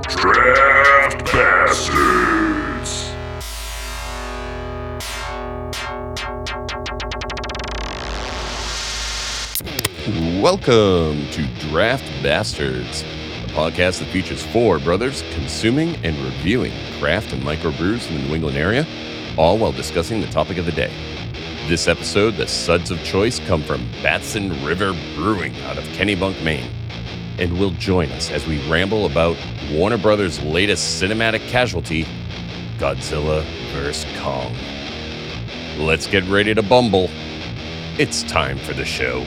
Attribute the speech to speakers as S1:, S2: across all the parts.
S1: Draft Bastards.
S2: Welcome to Draft Bastards, a podcast that features four brothers consuming and reviewing craft and microbrews in the New England area, all while discussing the topic of the day. This episode, the suds of choice come from Batson River Brewing out of Kennebunk, Maine, and will join us as we ramble about Warner Brothers' latest cinematic casualty, Godzilla vs. Kong. Let's get ready to bumble. It's time for the show.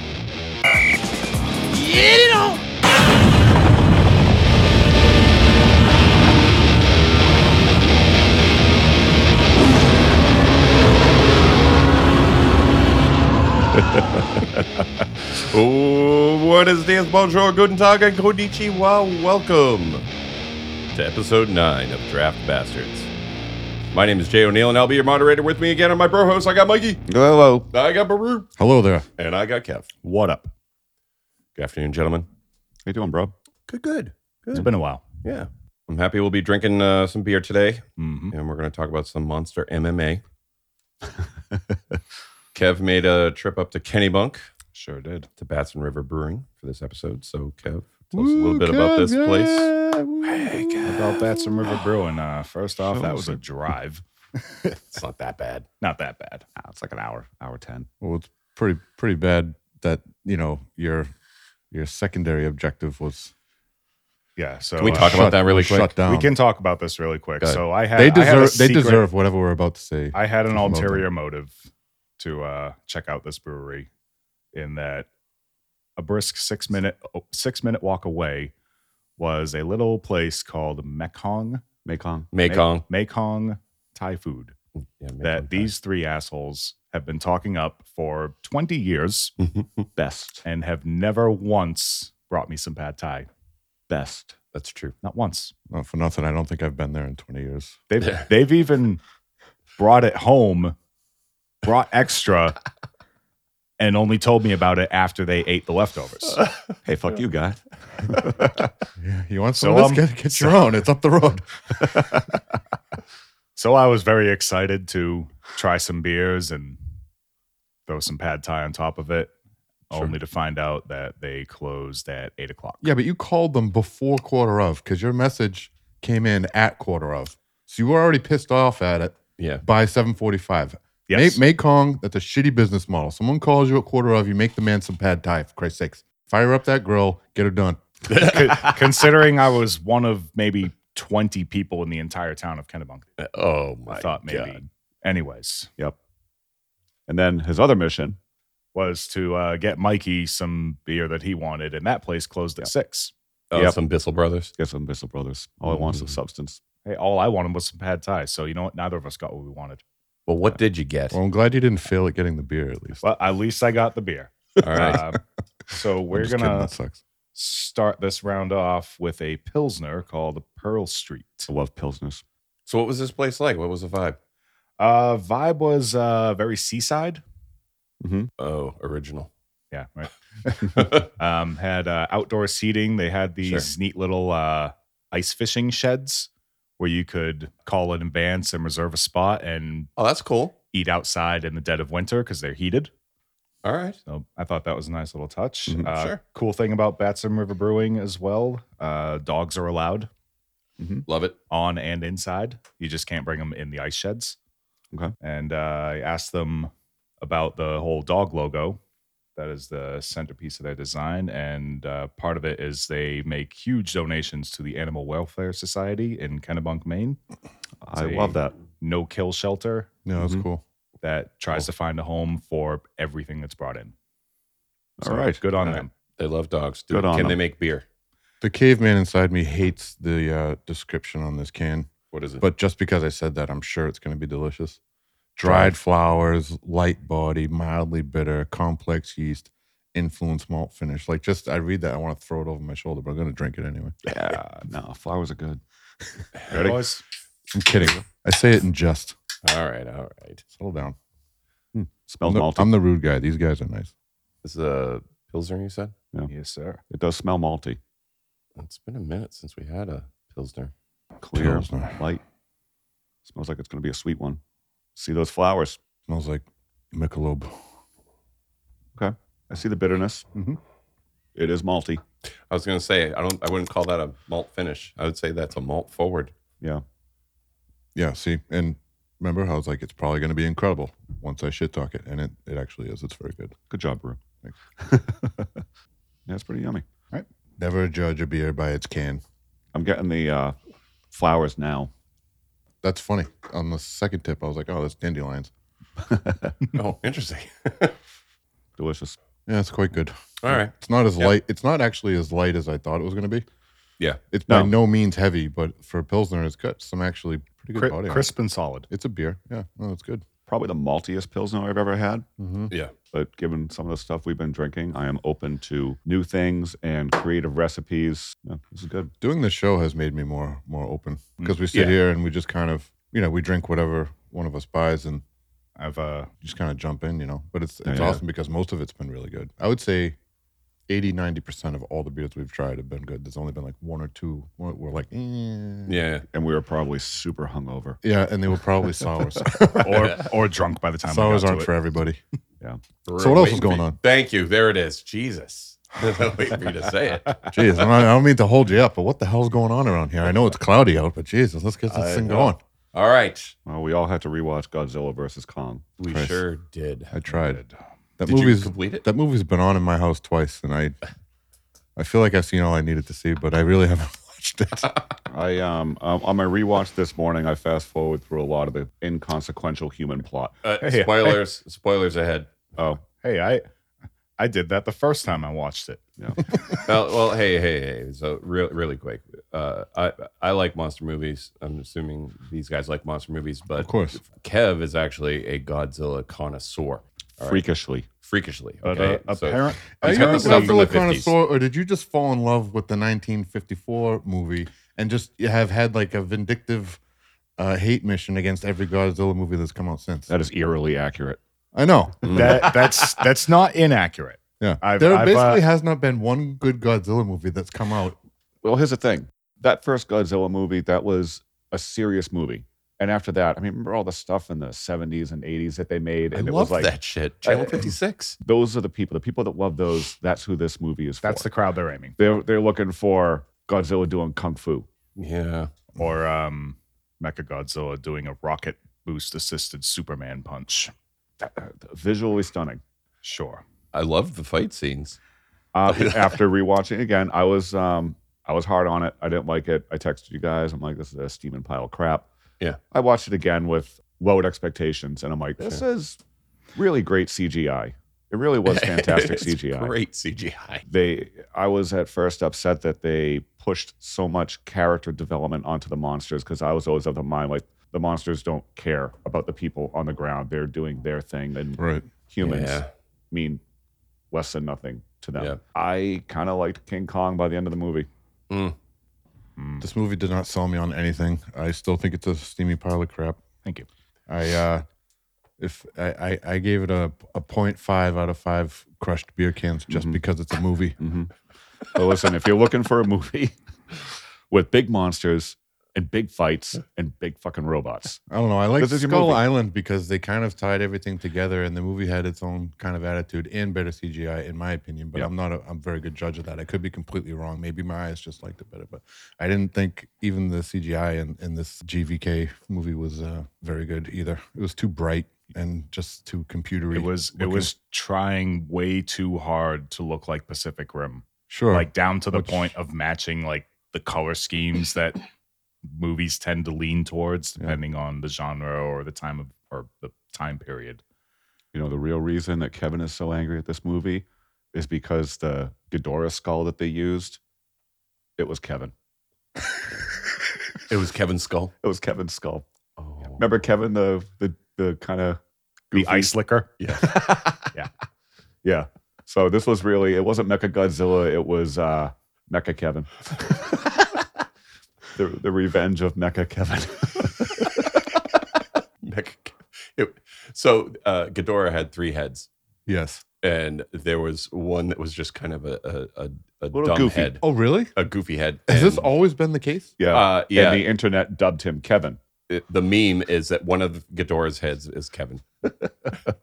S2: Oh, buenos dias, bonjour, guten tag, and konnichiwa. Welcome to episode 9 of Draft Bastards. My name is Jay O'Neill, and I'll be your moderator with me again on my bro host. I got Mikey,
S3: Hello.
S2: I got Baru,
S3: Hello there.
S2: and I got Kev.
S3: What up?
S2: Good afternoon, gentlemen.
S3: How you doing, bro?
S2: Good, good.
S3: It's been a while.
S2: Yeah. I'm happy we'll be drinking uh, some beer today,
S3: Mm-hmm.
S2: and we're going to talk about some monster MMA. Kev made a trip up to Kennebunk
S3: Sure did.
S2: to Batson River Brewing for this episode. So, Kev, tell us a little bit about this place.
S3: About Batson River Brewing. Uh, first off,
S4: Sure
S3: that
S4: was
S3: was a
S4: it.
S3: drive.
S2: It's not that bad.
S3: Not that bad.
S4: Ah, it's like an hour, hour ten.
S5: Well, it's pretty pretty bad that you know your your secondary objective was
S3: Yeah. So
S2: Can we
S3: uh,
S2: talk about
S5: shut-
S2: that really
S5: was
S2: quick?
S5: Shut down.
S3: we can talk about this really quick.
S2: Go ahead.
S3: So I had
S5: they
S3: I had a
S5: deserve they
S3: secret-
S5: deserve whatever we're about to say.
S3: I had an
S5: to promote
S3: ulterior motive to uh, check out this brewery, in that a brisk six minute oh, six minute walk away was a little place called Mekong
S4: Mekong.
S2: Mekong.
S3: Mekong Thai food.
S2: Yeah, Mekong
S3: that
S2: Thai.
S3: these three assholes have been talking up for 20 years
S4: Best.
S3: and have never once brought me some pad thai.
S4: Best.
S2: That's true.
S3: Not once.
S5: No, for nothing, I don't think I've been there in twenty years.
S3: They've
S2: Yeah.
S3: they've even brought it home, brought extra, and only told me about it after they ate the leftovers.
S4: Hey, fuck you, guy.
S5: Yeah, you want
S3: So,
S5: some? of
S3: um,
S5: this? get, get your own. It's up the road.
S3: So I was very excited to try some beers and throw some pad thai on top of it,
S5: Sure.
S3: only to find out that they closed at eight o'clock.
S5: yeah, but you called them before quarter of because your message came in at quarter of, so you were already pissed off at it
S2: Yeah.
S5: by seven forty five.
S3: Yes.
S5: May, Mekong, that's a shitty business model. Someone calls you at quarter of, you make the man some pad thai. For Christ's sakes, fire up that grill, get her done.
S3: Co- considering I was one of maybe 20 people in the entire town of Kennebunk.
S2: Oh my
S3: I thought maybe.
S2: God.
S3: Anyways,
S4: Yep. And then his other mission.
S3: was to uh, get Mikey some beer that he wanted, and that place closed at six.
S2: Oh,
S4: Yep.
S2: some Bissell brothers.
S4: Get some Bissell Brothers. All it
S5: Mm-hmm.
S4: wants is substance.
S3: Hey, all I wanted was some pad thai. So you know what? Neither of us got what we wanted.
S2: Well, what did you get?
S5: Well, I'm glad you didn't fail at getting the beer at least.
S3: Well, at least I got the beer.
S2: All right.
S3: Uh, so
S5: I'm
S3: we're
S5: just kidding,
S3: gonna
S5: that sucks.
S3: start this round off with a pilsner called Pearl Street.
S4: I love pilsners.
S2: so, what was this place like? What was the vibe?
S3: Uh, vibe was uh, very seaside.
S2: Oh, original.
S3: Yeah, right.
S2: oh,
S3: um, had uh, outdoor seating. They had these neat little uh, ice fishing sheds where you could call in advance and reserve a spot and
S2: Oh, that's cool.
S3: eat outside in the dead of winter because they're heated.
S2: All right.
S3: So I thought that was a nice little touch.
S4: Mhm,
S3: Uh,
S2: sure.
S3: Cool thing about Batson River Brewing as well uh, dogs are allowed
S2: Love it.
S3: on and inside. You just can't bring them in the ice sheds.
S4: Okay.
S3: And uh, I asked them about the whole dog logo. That is the centerpiece of their design. And uh, part of it is they make huge donations to the Animal Welfare Society in Kennebunk, Maine.
S4: I
S3: Say-
S4: love that.
S3: No kill shelter
S5: No, it's
S4: Mhm.
S5: cool.
S3: that tries to find a home for everything that's brought in.
S4: All right.
S3: Good on
S2: All right.
S3: them.
S2: They love dogs. Do,
S4: Good on
S2: can they
S4: them.
S2: make beer?
S5: The caveman inside me hates the uh, description on this can,
S2: What is it?
S5: but just because I said that, I'm sure it's going to be delicious. Dried flowers, light body, mildly bitter, complex yeast, influence malt finish. Like, just I read that, I want to throw it over my shoulder, but I'm going to drink it anyway.
S4: Yeah. no, flowers are good.
S2: Ready? All
S3: Boys,
S5: I'm kidding. I say it in jest.
S2: right. All right.
S5: Settle down. I'm
S4: Smells
S5: the,
S4: malty.
S5: I'm the rude guy. These guys are nice.
S2: This is a Pilsner, you said?
S3: Yes, sir.
S4: it does smell malty.
S2: It's been a minute since we had a Pilsner.
S4: Clear,
S5: Pilsner.
S4: light. Smells like it's going to be a sweet one. See those flowers.
S5: Smells like Michelob.
S4: I see the bitterness.
S5: Mm-hmm.
S3: Mhm.
S4: It is malty.
S2: I was gonna say I don't. I wouldn't call that a malt finish. I would say that's a malt forward.
S4: Yeah.
S5: Yeah, see, and remember how I was like, it's probably going to be incredible once I shit talk it, and it, it actually is. It's very good.
S4: Good job, Brew.
S5: Thanks.
S4: That's pretty yummy.
S5: Never judge a beer by its can.
S4: I'm getting the uh, flowers now.
S5: That's funny. On the second tip, I was like, oh, that's dandelions.
S2: oh, interesting.
S4: Delicious.
S5: Yeah, it's quite good.
S2: All right.
S5: It's not as
S2: Yep.
S5: light. It's not actually as light as I thought it was going to be.
S2: Yeah.
S5: It's
S4: No.
S5: by no means heavy, but for a pilsner, it's got some actually pretty good
S3: Cri-
S5: body. on it.
S3: crisp and solid.
S5: It's a beer. Yeah, no, it's good.
S4: Probably the maltiest pilsner I've ever had.
S5: Mm-hmm.
S2: Yeah.
S4: But given some of the stuff we've been drinking, I am open to new things and creative recipes. Yeah, this is good.
S5: Doing this show has made me more more open
S3: Mm.
S5: because we sit
S2: Yeah.
S5: here and we just kind of you know we drink whatever one of us buys and
S3: I've uh,
S5: just kind of jump in, you know. But it's
S4: Yeah,
S5: it's
S4: yeah.
S5: awesome because most of it's been really good. I would say 80 90% of all the beers we've tried have been good. There's only been like one or two where we're like, eh. yeah.
S2: Yeah.
S4: And we were probably super hungover.
S5: and they were probably sours.
S3: or or drunk by the time
S5: sours
S3: we got
S5: aren't
S3: to
S5: for everybody.
S2: We're
S5: So what else is
S2: waiting
S5: going
S2: for you-
S5: on?
S2: Thank you. There it is. Jesus. Waiting for you to say it.
S5: Jeez, I'm not- I don't mean to hold you up, but what the hell's going on around here? I know it's cloudy out, but Jesus, let's get this
S2: I
S5: thing
S2: know.
S5: going.
S2: All right.
S4: Well, we all had to rewatch Godzilla versus Kong.
S2: We
S5: Chris.
S2: sure did.
S5: I tried. That
S2: Did you
S5: movie's
S2: complete it?
S5: that movie's been on in my house twice, and I I feel like I've seen all I needed to see, but I really haven't watched it.
S4: I um um, on my rewatch this morning, I fast forward through a lot of the inconsequential human plot.
S2: Uh,
S3: Hey, hey.
S2: spoilers. Spoilers ahead.
S4: Oh,
S3: it. Hey, I I did that the first time I watched it.
S2: well, Uh, well, hey, hey, hey. So, real, really quick. Uh, I I like monster movies. I'm assuming these guys like monster movies,
S5: of
S2: but
S5: course.
S2: Kev is actually a Godzilla connoisseur, All right.
S4: freakishly.
S2: freakishly.
S3: But
S2: Okay,
S3: uh,
S2: So-
S3: apparent,
S5: Are
S2: He's
S5: you
S2: got
S5: a
S2: the stuff from the
S5: Godzilla
S2: 50s.
S5: connoisseur, or did you just fall in love with the 1954 movie and just have had like a vindictive uh, hate mission against every Godzilla movie that's come out since?
S4: That is eerily accurate.
S5: I know.
S2: Mm.
S3: that that's that's not inaccurate.
S5: Yeah,
S3: I've-
S5: there
S3: I've,
S5: basically
S3: uh,
S5: has not been one good Godzilla movie that's come out.
S4: Well, here's the thing: that first Godzilla movie, that was a serious movie. And after that, I mean, remember all the stuff in the 70s and 80s that they made,
S2: I
S4: and it
S2: love
S4: was like
S2: that shit. Channel
S4: I-
S2: 56.
S4: those are the people, the people that love those. That's who this movie is for.
S3: That's the crowd they're aiming.
S4: they're they're looking for Godzilla doing kung fu.
S2: Yeah.
S3: Or um, Mecha Godzilla doing a rocket boost assisted Superman punch.
S4: Visually stunning.
S3: Sure.
S2: I love the fight scenes.
S4: Uh, after rewatching again, I was um, I was hard on it. I didn't like it. I texted you guys. I'm like, this is a steaming pile of crap.
S2: Yeah.
S4: I watched it again with lowered expectations, and I'm like, this is really great CGI. It really was fantastic
S2: It's
S4: CGI.
S2: Great CGI.
S4: They, I was at first upset that they pushed so much character development onto the monsters because I was always of the mind like the monsters don't care about the people on the ground. They're doing their thing, and
S5: Right.
S4: humans
S2: Yeah.
S4: mean less than nothing to them.
S2: Yeah.
S4: I kind of liked King Kong by the end of the movie.
S3: Mm.
S5: This movie did not sell me on anything. I still think it's a steamy pile of crap.
S3: Thank you.
S5: I uh if I, I, I gave it a a point five out of five crushed beer cans just
S4: Mhm.
S5: because it's a movie.
S4: But listen, if you're looking for a movie with big monsters and big fights and big fucking robots,
S5: I don't know. I like
S4: This is your
S5: Skull
S4: movie.
S5: Island because they kind of tied everything together, and the movie had its own kind of attitude and better CGI, in my opinion. But
S4: Yeah.
S5: I'm not a I'm a very good judge of that. I could be completely wrong. Maybe my eyes just liked it better, but I didn't think even the CGI in, in this GVK movie was uh, very good either. It was too bright and just too computery.
S3: It was it
S5: looking.
S3: was trying way too hard to look like Pacific Rim.
S5: sure
S3: like down to the
S5: Which-
S3: point of matching like the color schemes that movies tend to lean towards depending on the genre or the time of or the time period
S4: you know, the real reason that Kevin is so angry at this movie is because the Ghidorah skull that they used, it was Kevin.
S2: It was Kevin Skull.
S4: It was Kevin's skull.
S2: Oh.
S4: Remember Kevin, the the the kind of
S3: the ice liquor yeah
S4: Yeah. So this was really it wasn't Mecha Godzilla, it was uh Mecha Kevin. the, the revenge of Mecha Kevin.
S2: Nick- it- so uh, Ghidorah had three heads.
S5: yes.
S2: and there was one that was just kind of a a, a, a
S4: Little
S2: dumb
S4: goofy.
S2: head,
S5: Oh, really?
S2: a goofy head.
S5: Has this
S2: And,
S5: always been the case?
S4: Yeah.
S2: Uh, yeah,
S4: And the internet dubbed him Kevin.
S2: it- the meme is that one of Ghidorah's heads is Kevin.
S3: The, the-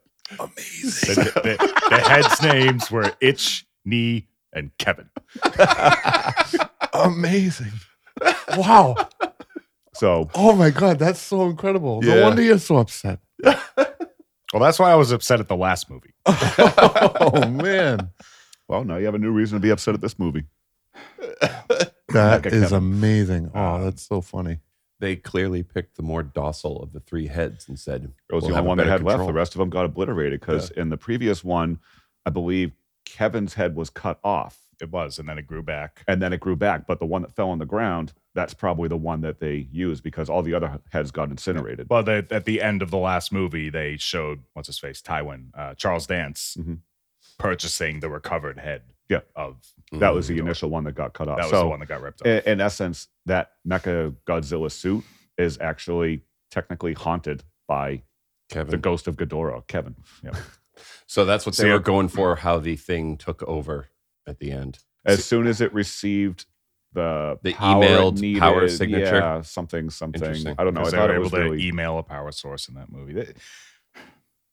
S3: the heads' names were Itch, Knee, and Kevin.
S5: Amazing. Wow.
S4: So
S5: Oh my God, that's so incredible.
S2: Yeah.
S5: No wonder you're so upset.
S3: Well, that's why I was upset at the last movie.
S5: oh man.
S4: well, now you have a new reason to be upset at this movie.
S5: That
S4: Like a
S5: is
S4: cup.
S5: amazing.
S3: Um,
S5: Oh, that's so funny.
S2: They clearly picked the more docile of the three heads and said,
S4: It was
S2: "We'll
S4: the
S2: have
S4: only
S2: a
S4: one that
S2: better
S4: had left.
S2: control."
S4: The rest of them got obliterated because in the previous one, I believe Kevin's head was cut off
S3: It was, and then it grew back.
S4: and then it grew back. But the one that fell on the ground, that's probably the one that they used because all the other heads got incinerated.
S3: But at, at the end of the last movie, they showed what's his face, Tywin, uh, Charles Dance,
S4: Mhm.
S3: purchasing the recovered head.
S4: Yeah.
S3: of
S4: that
S2: "Hmm,
S4: was the initial one that got cut off.
S3: that was
S4: so, eh,
S3: the one that got ripped off.
S4: i- in essence, that Mecha Godzilla suit is actually technically haunted by the
S2: Kevin.
S4: ghost of Ghidorah, Kevin.
S2: so that's what they
S3: See,
S2: were
S3: I-
S2: going for. How the thing took over at the end.
S4: As soon as it received the,
S2: The
S4: power it
S2: emailed power
S4: needed,
S2: signature?
S4: yeah, something, something.
S2: Interesting.
S4: I don't know. I
S3: Because they
S4: thought
S3: were
S4: it
S3: able
S4: was
S3: to
S4: really
S3: email a power source in that movie. That-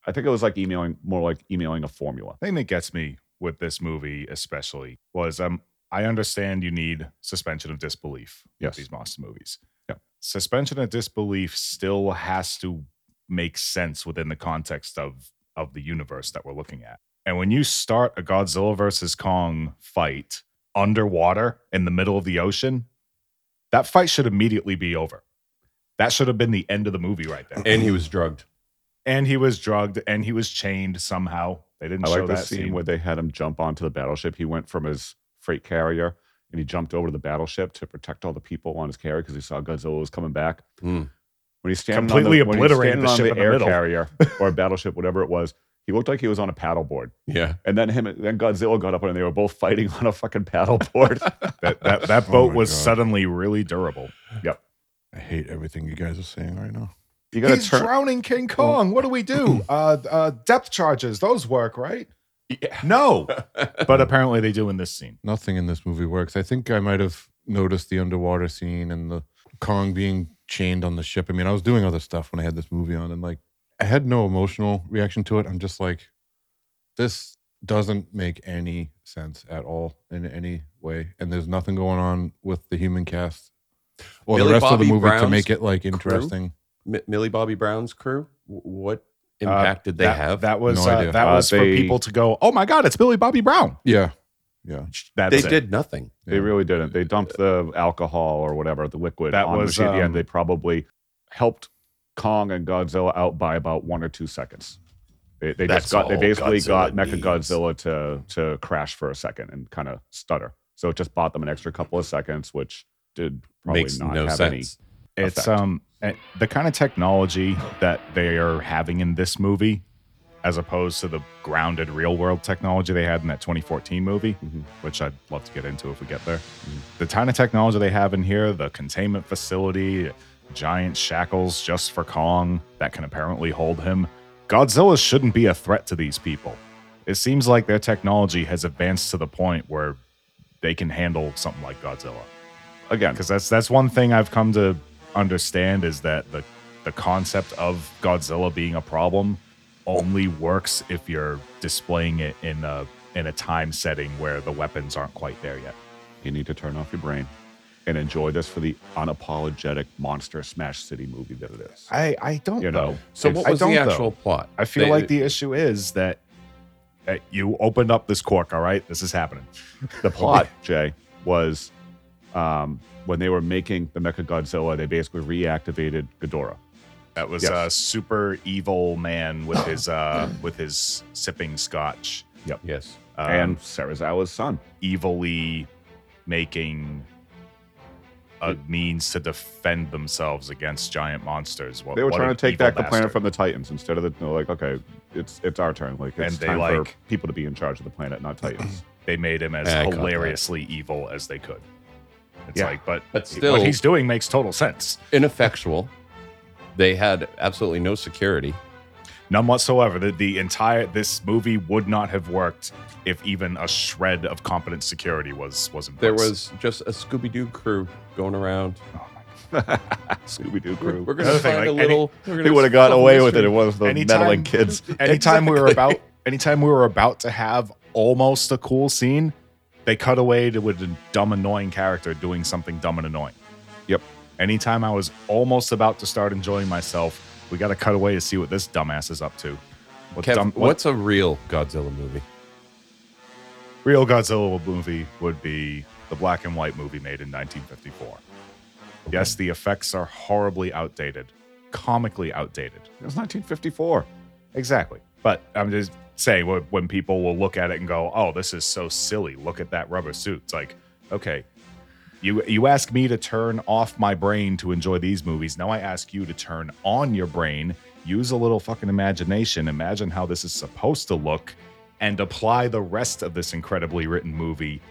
S4: I think it was like emailing, more like emailing a formula.
S3: thing that gets me with this movie especially was um I understand you need suspension of disbelief with
S4: Yes.
S3: these monster movies.
S4: Yeah.
S3: Suspension of disbelief still has to make sense within the context of of the universe that we're looking at. And when you start a Godzilla versus Kong fight underwater in the middle of the ocean, that fight should immediately be over. That should have been the end of the movie right there.
S2: And he was drugged.
S3: And he was drugged and he was chained somehow. They didn't
S4: I
S3: show
S4: like the
S3: that
S4: scene,
S3: scene.
S4: where they had him jump onto the battleship. He went from his freight carrier and he jumped over to the battleship to protect all the people on his carrier because he saw Godzilla was coming back.
S2: Hmm.
S4: When he's standing
S3: Completely
S4: on the, when he's
S3: obliterated the
S4: standing
S3: ship
S4: on
S3: in
S4: the
S3: the
S4: air
S3: middle.
S4: carrier or battleship, whatever it was, he looked like he was on a paddleboard.
S2: Yeah.
S4: And then him, and then Godzilla got up and they were both fighting on a fucking paddleboard.
S3: that that, that
S5: Oh
S3: boat
S5: my
S3: was
S5: God.
S3: suddenly really durable.
S5: I hate everything you guys are saying right now.
S4: you got to turn.
S3: drowning King Kong. What do we do? uh, uh, depth charges, those work, right?
S2: Yeah.
S3: No, but apparently they do in this scene.
S5: Nothing in this movie works. I think I might have noticed the underwater scene and the Kong being chained on the ship. I mean, I was doing other stuff when I had this movie on, and like, I had no emotional reaction to it. I'm just like, this doesn't make any sense at all in any way, and there's nothing going on with the human cast or
S2: Billy
S5: the rest of
S2: Bobby
S5: the movie to
S2: Brown's
S5: make it like interesting.
S2: M- Millie Bobby Brown's crew. W- What impact did they
S3: Uh, that,
S2: have?
S3: That was
S5: No
S3: uh,
S5: idea.
S3: that
S4: Uh,
S3: was for
S4: they-
S3: people to go, oh my god, it's Billy Bobby Brown.
S5: Yeah, yeah.
S3: That's
S2: they
S3: it.
S2: did nothing.
S4: They really didn't. They dumped the alcohol or whatever, the liquid
S3: That
S4: on
S3: was,
S4: the machine. yeah,
S3: um,
S4: they probably helped Kong and Godzilla out by about one or two seconds. They, they
S2: That's
S4: just got they
S2: all
S4: basically got
S2: Godzilla needs.
S4: Mecha Godzilla to to crash for a second and kind of stutter. So it just bought them an extra couple of seconds, which did probably
S2: Makes
S4: not
S2: no
S4: have
S2: sense.
S3: It's
S4: effect.
S3: um eh, the kind of technology that they are having in this movie, as opposed to the grounded real world technology they had in that 2014 movie,
S4: Mhm.
S3: which I'd love to get into if we get there. The kind of technology they have in here, the containment facility, giant shackles just for Kong that can apparently hold him. Godzilla shouldn't be a threat to these people. It seems like their technology has advanced to the point where they can handle something like Godzilla
S4: any again.
S3: because that's that's one thing I've come to understand is that the the concept of Godzilla being a problem only works if you're displaying it in a in a time setting where the weapons aren't quite there yet.
S4: You need to turn off your brain and enjoy this for the unapologetic monster smash city movie that it is.
S3: I I don't
S4: You know,
S2: So what
S3: I
S2: was the
S3: don't, though.
S2: actual plot?
S3: I feel
S2: They-
S3: like the issue is that, that you opened up this cork. All right, this is happening.
S4: the plot, Jay, was um, when they were making the Mecha Godzilla, they basically reactivated Ghidorah.
S3: That was
S4: Yes.
S3: a super evil man with his uh with his sipping scotch.
S2: yes.
S3: Um,
S4: and Sarazawa's son.
S3: evilly making a means to defend themselves against giant monsters. What,
S4: They were
S3: what
S4: trying
S3: an
S4: to take
S3: evil
S4: back the planet
S3: bastard.
S4: from the Titans instead of the they're like, okay, it's it's our turn. Like it's
S3: And they
S4: time
S3: like-
S4: for people to be in charge of the planet, not Titans.
S3: They made him as
S2: Yeah, I caught that.
S3: hilariously evil as they could. It's
S4: Yeah.
S3: like, but
S2: But still-
S3: what he's doing makes total sense.
S2: Ineffectual. They had absolutely no security.
S3: None whatsoever. The, the entire this movie would not have worked if even a shred of competent security was was in place.
S2: There was just a Scooby Doo crew going around.
S4: Scooby Doo
S2: We're,
S4: crew.
S2: we're gonna
S3: Another thing,
S2: find a
S3: like, any-
S2: little. we're gonna
S4: They would have got
S2: scuffle
S4: away
S2: this
S4: with it.
S2: through.
S4: It wasn't those
S3: Anytime-
S4: meddling kids.
S3: anytime we were about anytime we were about to have almost a cool scene, they cut away to with a dumb annoying character doing something dumb and annoying.
S4: Yep.
S3: Anytime I was almost about to start enjoying myself, we got to cut away to see what this dumbass is up to. What
S2: Kev,
S3: dumb, what
S2: what's a real Godzilla movie?
S3: real Godzilla movie would be the black and white movie made in 1954. Yes, the effects are horribly outdated, comically outdated.
S4: It was 1954.
S3: Exactly. But I'm just saying wh- when people will look at it and go, "Oh, this is so silly. Look at that rubber suit." It's like, okay, you you ask me to turn off my brain to enjoy these movies. Now I ask you to turn on your brain, use a little fucking imagination, imagine how this is supposed to look, and apply the rest of this incredibly written movie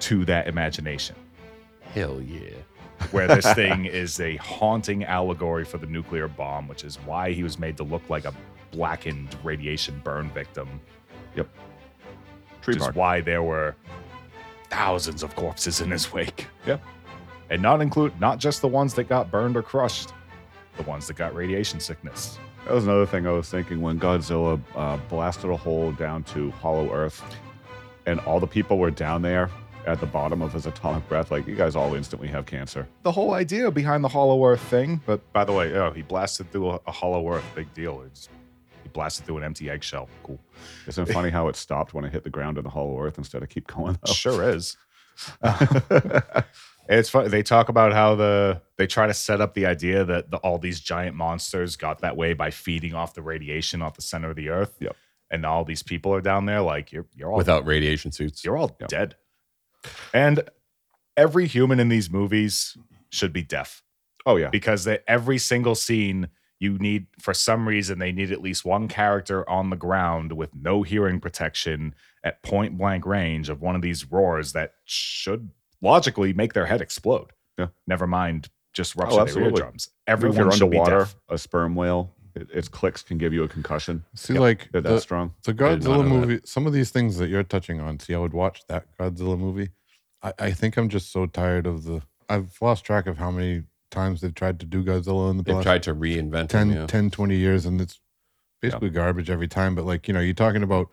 S3: to that imagination
S2: Hell yeah!
S3: where this thing is a haunting allegory for the nuclear bomb, which is why he was made to look like a blackened radiation burn victim,
S4: Tree
S3: which is
S4: bark.
S3: why there were thousands of corpses in his wake.
S4: Yep.
S3: And not include not just the ones that got burned or crushed, the ones that got radiation sickness.
S4: That was another thing I was thinking when Godzilla uh, blasted a hole down to Hollow Earth, and all the people were down there at the bottom of his atomic breath. Like, you guys all instantly have cancer.
S3: The whole idea behind the Hollow Earth thing, but by the way, oh, he blasted through a, a Hollow Earth, big deal. It's, he blasted through an empty eggshell. Cool.
S4: Isn't it funny how it stopped when it hit the ground in the Hollow Earth instead of keep going? though?
S3: Sure is. It's funny. They talk about how the they try to set up the idea that the, all these giant monsters got that way by feeding off the radiation off the center of the earth.
S4: Yep.
S3: And all these people are down there, like you're you're all
S2: Without radiation suits.
S3: you're all
S4: Yep.
S3: dead. And every human in these movies should be deaf
S4: oh yeah.
S3: because they, every single scene you need for some reason they need at least one character on the ground with no hearing protection at point blank range of one of these roars that should logically make their head explode.
S4: Yeah.
S3: Never mind just rupture their
S4: absolutely.
S3: eardrums. Everyone
S4: if you're
S3: should be
S4: underwater,
S3: deaf.
S4: a sperm whale, it, its clicks can give you a concussion.
S5: See, like
S4: They're that
S5: the-
S4: strong.
S5: The
S4: did not
S5: Godzilla
S4: know that.
S5: movie, some of these things that you're touching on, see, I would watch that Godzilla movie. I, I think I'm just so tired of the. I've lost track of how many times they've tried to do Godzilla in the
S2: They've
S5: past
S2: tried to reinvent
S5: 10,
S2: them. Yeah.
S5: 10, 20 years, and it's basically garbage every time. But, like, you know, you're talking about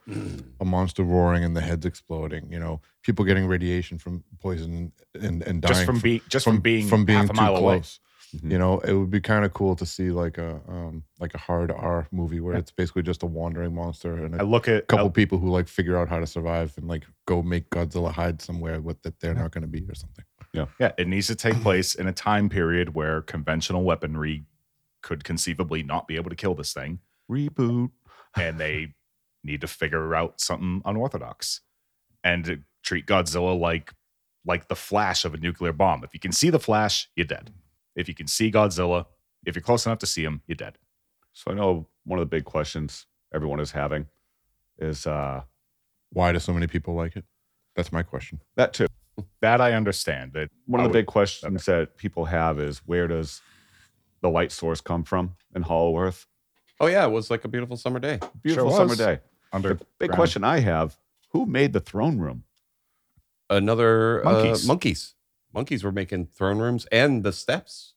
S5: a monster roaring and the heads exploding, you know, people getting radiation from poison and, and dying.
S3: Just from, be, just from, being half a mile away. Mm-hmm.
S4: Mhm.
S5: You know, it would be kind of cool to see like a um, like a hard R movie where it's basically just a wandering monster and a
S3: I look at
S5: couple people who like figure out how to survive and like go make Godzilla hide somewhere with that they're not going to be or something.
S3: Yeah, it needs to take place in a time period where conventional weaponry could conceivably not be able to kill this thing.
S4: Reboot.
S3: and they need to figure out something unorthodox and to treat Godzilla like like the flash of a nuclear bomb. If you can see the flash, you're dead. If you can see Godzilla, if you're close enough to see him, you're dead.
S4: So I know one of the big questions everyone is having is uh,
S5: Why do so many people like it? That's my question.
S4: that too.
S3: That I understand. That
S4: One of
S3: I
S4: the big questions that people have is where does the light source come from in Hollow Earth?
S2: Oh yeah, it was like a beautiful summer day.
S4: Beautiful
S3: was.
S4: summer day.
S3: under
S4: Big question I have: Who made the throne room?
S2: Another monkeys.
S3: Monkeys.
S2: Uh, monkeys. Monkeys were making throne rooms and the steps.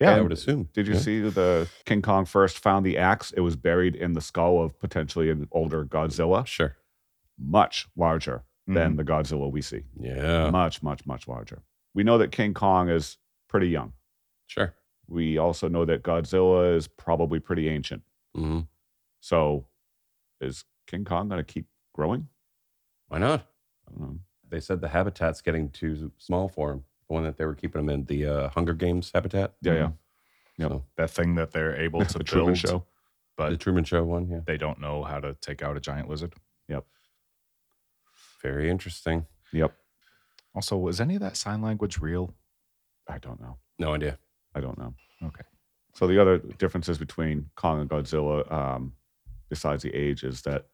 S3: Yeah.
S2: I would assume.
S4: Did you
S2: Yeah.
S4: see the King Kong first found the axe? It was buried in the skull of potentially an older Godzilla,
S2: Oh, Sure.
S4: much larger
S3: mm,
S4: than the Godzilla we see.
S2: Yeah.
S4: Much, much, much larger. We know that King Kong is pretty young.
S2: Sure.
S4: We also know that Godzilla is probably pretty ancient.
S2: hmm
S4: So is King Kong going to keep growing?
S2: Why not?
S4: I don't know.
S2: They said the habitat's getting too small for him. The one that they were keeping him in, the uh, Hunger Games habitat.
S4: Yeah, yeah. Yep.
S2: So,
S3: that thing that they're able
S2: Mm.
S3: to
S4: The Truman
S3: build,
S4: Show.
S2: the
S3: but
S2: Truman Show one. Yeah.
S3: they don't know how to take out a giant lizard.
S2: Very interesting.
S4: Yep.
S3: Also, was any of that sign language real?
S4: I don't know.
S2: No idea.
S4: I don't know.
S3: Okay.
S4: So the other differences between Kong and Godzilla, um, besides the age, is that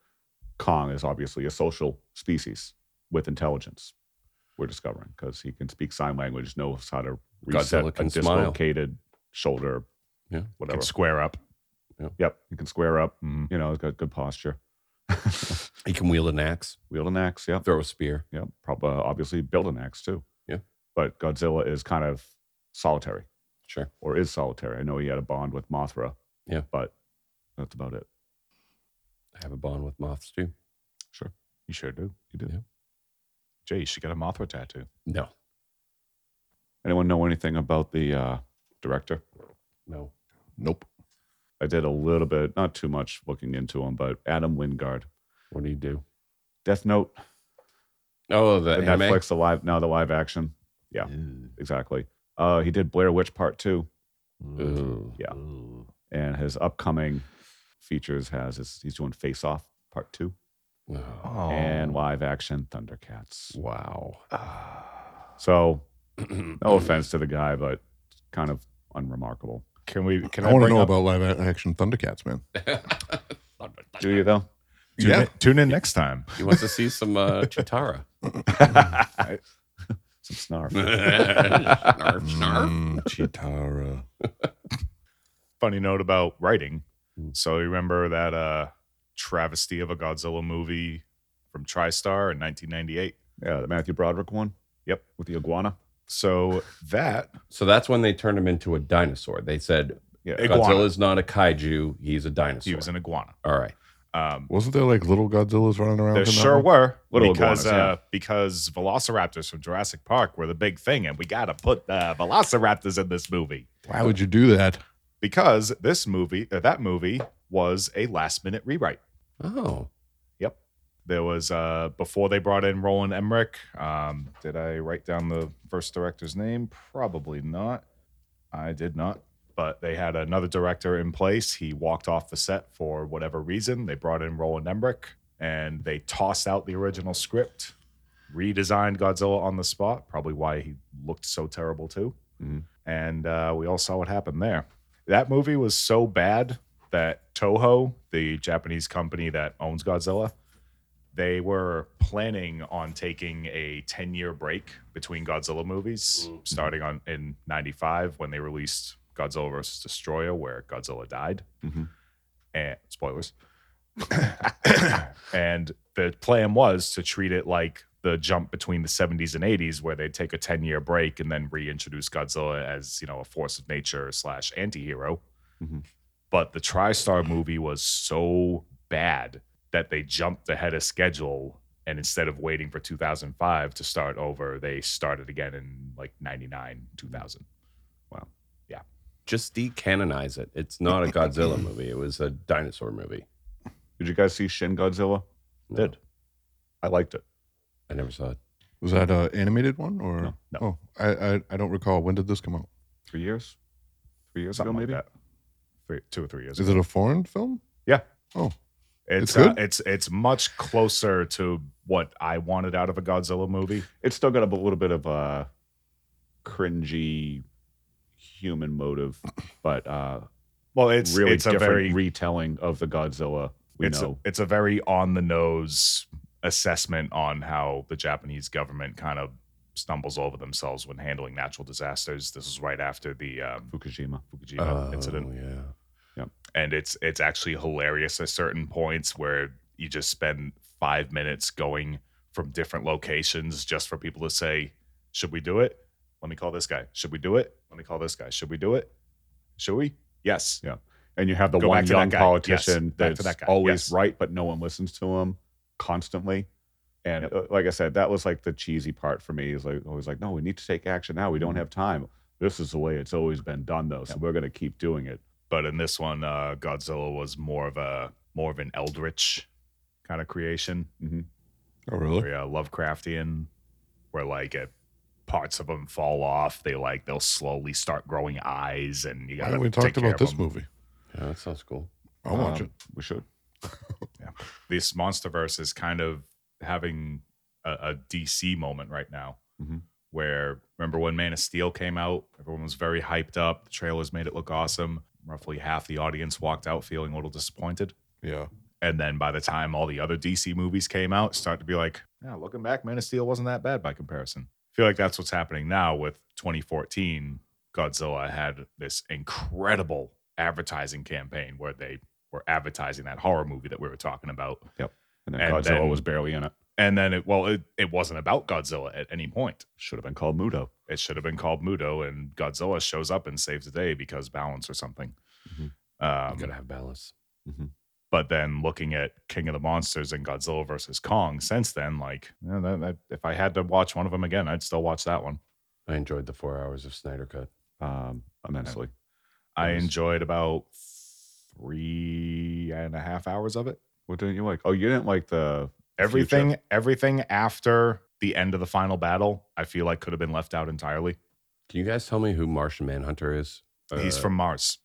S4: Kong is obviously a social species with intelligence. We're discovering because he can speak sign language, knows how to reset
S2: Godzilla
S4: a
S2: can smile.
S4: dislocated shoulder,
S2: Yeah.
S4: whatever.
S3: Can square up.
S2: Yep.
S4: Yep. You can square up.
S3: Mhm.
S4: You know, it's got good posture.
S2: He can wield an axe,
S4: Wield an axe. Yep.
S2: throw a spear.
S4: Yep. Probably uh, obviously build an axe too.
S2: Yeah.
S4: But Godzilla is kind of solitary
S2: Sure.
S4: or is solitary. I know he had a bond with Mothra.
S2: Yeah.
S4: But that's about it.
S2: I have a bond with moths too.
S3: You sure do. You do.
S2: Yeah.
S3: Jay, you should get a Mothra tattoo.
S2: No,
S4: Anyone know anything about the uh, director?
S2: no.
S5: Nope.
S4: I did a little bit, not too much looking into him, but Adam Wingard,
S2: What do you do?
S4: Death Note,
S2: Oh, the,
S4: the
S2: anime?
S4: Netflix, the live, now the live action. Yeah. Exactly. Uh, he did Blair Witch Part 2,
S2: Ooh.
S4: Yeah. and his upcoming features has his, he's doing Face Off Part 2
S2: Oh,
S5: Oh.
S4: and live action Thundercats.
S2: wow.
S4: So,
S3: Mm.
S4: no offense to the guy, but kind of unremarkable.
S3: Can we? Can
S5: I,
S3: I,
S5: want to
S3: bring
S5: know
S3: up-
S5: about live action Thundercats, man.
S4: Do you though?
S3: Tune,
S5: Yeah.
S3: in, tune in next time.
S2: He wants to see some uh, Chitara.
S4: Some snarf.
S2: snarf, snarf.
S5: Mm, Chitara.
S3: Funny note about writing.
S4: Hmm.
S2: Mm.
S3: So you remember that uh, travesty of a Godzilla movie from TriStar in 1998?
S4: Yeah, the Matthew Broderick one.
S3: Yep.
S4: with the iguana.
S3: So that
S2: So that's when they turned him into a dinosaur. They said
S4: Yeah,
S3: iguana.
S2: Godzilla's not a kaiju; he's a dinosaur.
S3: He was an iguana.
S2: All right.
S3: Um,
S5: Wasn't there like little Godzillas running around?
S3: there
S5: in that
S3: sure
S5: one?
S3: were
S4: Little
S3: because
S4: iguanas,
S3: uh, because velociraptors from Jurassic Park were the big thing, and we gotta put uh, velociraptors in this movie
S5: Why would you do that?
S3: because this movie uh, that movie was a last minute rewrite.
S2: Oh,
S3: There was uh, before they brought in Roland Emmerich. Um, did I write down the first director's name? Probably not. I did not. But they had another director in place. He walked off the set for whatever reason. They brought in Roland Emmerich and they tossed out the original script, redesigned Godzilla on the spot. Probably why he looked so terrible too.
S4: Mhm.
S3: And uh, we all saw what happened there. That movie was so bad that Toho, the Japanese company that owns Godzilla, they were planning on taking a 10 year break between Godzilla movies, starting on in 95 when they released Godzilla vs. Destroyer, where Godzilla died.
S4: Mhm.
S3: And Eh, spoilers. and the plan was to treat it like the jump between the 70s and 80s, where they'd take a 10 year break and then reintroduce Godzilla as, you know, a force of nature slash anti hero.
S4: Mhm.
S3: But the TriStar movie was so bad that they jumped ahead of schedule and instead of waiting for 2005 to start over they started again in like 99 2000
S2: just decanonize it. It's not a Godzilla movie. It was a dinosaur movie.
S4: Did you guys see Shin Godzilla?
S2: No,
S4: Did. I liked it.
S2: I never saw it.
S5: Was that an animated one or?
S4: No, no.
S5: Oh, I, I I don't recall. When did this come out?
S4: Three years, three years
S3: something
S4: ago,
S3: like
S4: maybe.
S3: that three, two or three years
S5: Is
S3: ago.
S5: it a foreign film?
S3: it's
S5: it's
S3: uh,
S5: good?
S3: it's it's much closer to what i wanted out of a godzilla movie
S4: It's still got a b- little bit of a cringy human motive, but uh,
S3: well it's
S4: really
S3: it's a
S4: different
S3: very
S4: retelling of the Godzilla we
S3: it's
S4: know.
S3: A, it's a very on the nose assessment on how the Japanese government kind of stumbles over themselves when handling natural disasters. This is right after the um,
S4: Fukushima.
S3: Fukushima Uh-huh, incident,
S2: Oh, yeah.
S3: and it's it's actually hilarious at certain points where you just spend five minutes going from different locations just for people to say, "Should we do it? Let me call this guy. Should we do it? Let me call this guy. Should we do it? Should we? Yes."
S4: And you have the
S3: Go
S4: one
S3: back to
S4: young
S3: that guy.
S4: politician
S3: Yes, back to
S4: that's
S3: that guy.
S4: always
S3: Yes.
S4: right, but no one listens to him constantly. And
S3: Yep.
S4: uh, like I said, that was like the cheesy part for me. Is like always like, no, we need to take action now. We
S3: Mm-hmm.
S4: don't have time. This is the way it's always been done, though. So we're gonna keep doing it.
S3: but in this one uh, godzilla was more of a more of an eldritch kind of creation
S5: Oh, really?
S3: very uh, lovecraftian where like uh parts of them fall off they like they'll slowly start growing eyes and you
S5: Why
S3: gotta
S5: haven't we
S3: take
S5: talked
S3: care
S5: about
S3: of
S5: this
S3: 'em.
S5: movie?
S2: Yeah, that sounds cool.
S5: I'll watch
S4: Um,
S5: it.
S4: We should.
S3: this monsterverse is kind of having a, a dc moment right now
S4: Mhm.
S3: where remember when man of steel came out everyone was very hyped up the trailers made it look awesome roughly half the audience walked out feeling a little disappointed
S5: Yeah.
S3: And then by the time all the other DC movies came out, start to be like, yeah, looking back, Man of Steel wasn't that bad by comparison. I feel like that's what's happening now with 2014. Godzilla had this incredible advertising campaign where they were advertising that horror movie that we were talking about.
S4: And then
S3: And
S4: Godzilla
S3: then-
S4: was barely in it.
S3: And then it well, it, it wasn't about Godzilla at any point.
S4: Should have been called Muto.
S3: It should have been called Mudo, and Godzilla shows up and saves the day because balance or something.
S4: Mhm.
S3: Um,
S2: gotta have balance.
S3: but then looking at King of the Monsters and Godzilla versus Kong since then, like yeah, that, that, if I had to watch one of them again, I'd still watch that one.
S2: I enjoyed the four hours of Snyder Cut.
S4: Um, immensely.
S3: I
S4: Nice.
S3: enjoyed about three and a half hours of it.
S4: What didn't you like? Oh, you didn't like the
S3: Everything, everything after the end of the final battle, I feel like could have been left out entirely.
S2: Can you guys tell me who Martian Manhunter is?
S3: He's
S2: Uh,
S3: from Mars.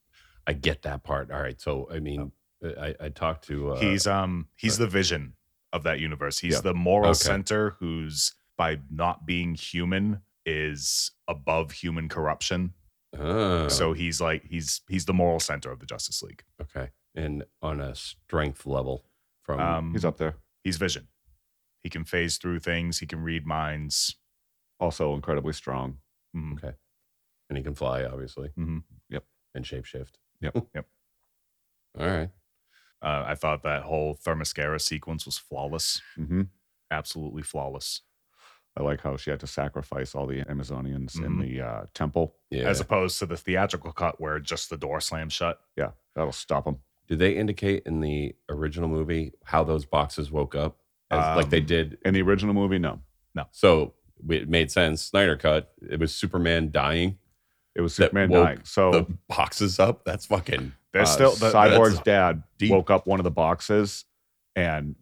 S2: I get that part. All right. So I mean, I, I talked to. Uh,
S3: he's um he's
S2: uh,
S3: the vision of that universe. He's
S4: Yeah.
S3: the moral
S2: Okay.
S3: center who's by not being human is above human corruption.
S4: Uh-huh.
S2: Oh,
S3: So he's like he's he's the moral center of the Justice League.
S2: okay, and on a strength level from
S3: Um,
S4: Oh, He's up there.
S3: He's vision. He can phase through things. He can read minds.
S4: Also incredibly strong.
S3: Mm.
S2: and he can fly, obviously.
S3: Mhm.
S4: Yep.
S2: And shapeshift.
S4: Yep.
S3: Yep.
S2: All right.
S3: Uh, I thought that whole Thermoscara sequence was flawless,
S4: hmm
S3: absolutely flawless.
S4: I like how she had to sacrifice all the Amazonians in
S3: Mhm.
S4: the uh, temple.
S2: Yeah.
S3: As opposed to the theatrical cut where just the door slams shut.
S4: That'll stop them.
S2: Do they indicate in the original movie how those boxes woke up, as, like they
S3: Um,
S2: did?
S4: In the original movie, no.
S2: So it made sense. Snyder cut. It was Superman dying.
S4: It was
S2: That
S4: Superman
S2: woke
S4: dying.
S3: Oh.
S4: So
S2: The boxes up. That's fucking.
S3: There's
S4: uh,
S3: still the,
S4: Cyborg's
S2: that's
S4: dad
S2: deep.
S4: woke up one of the boxes and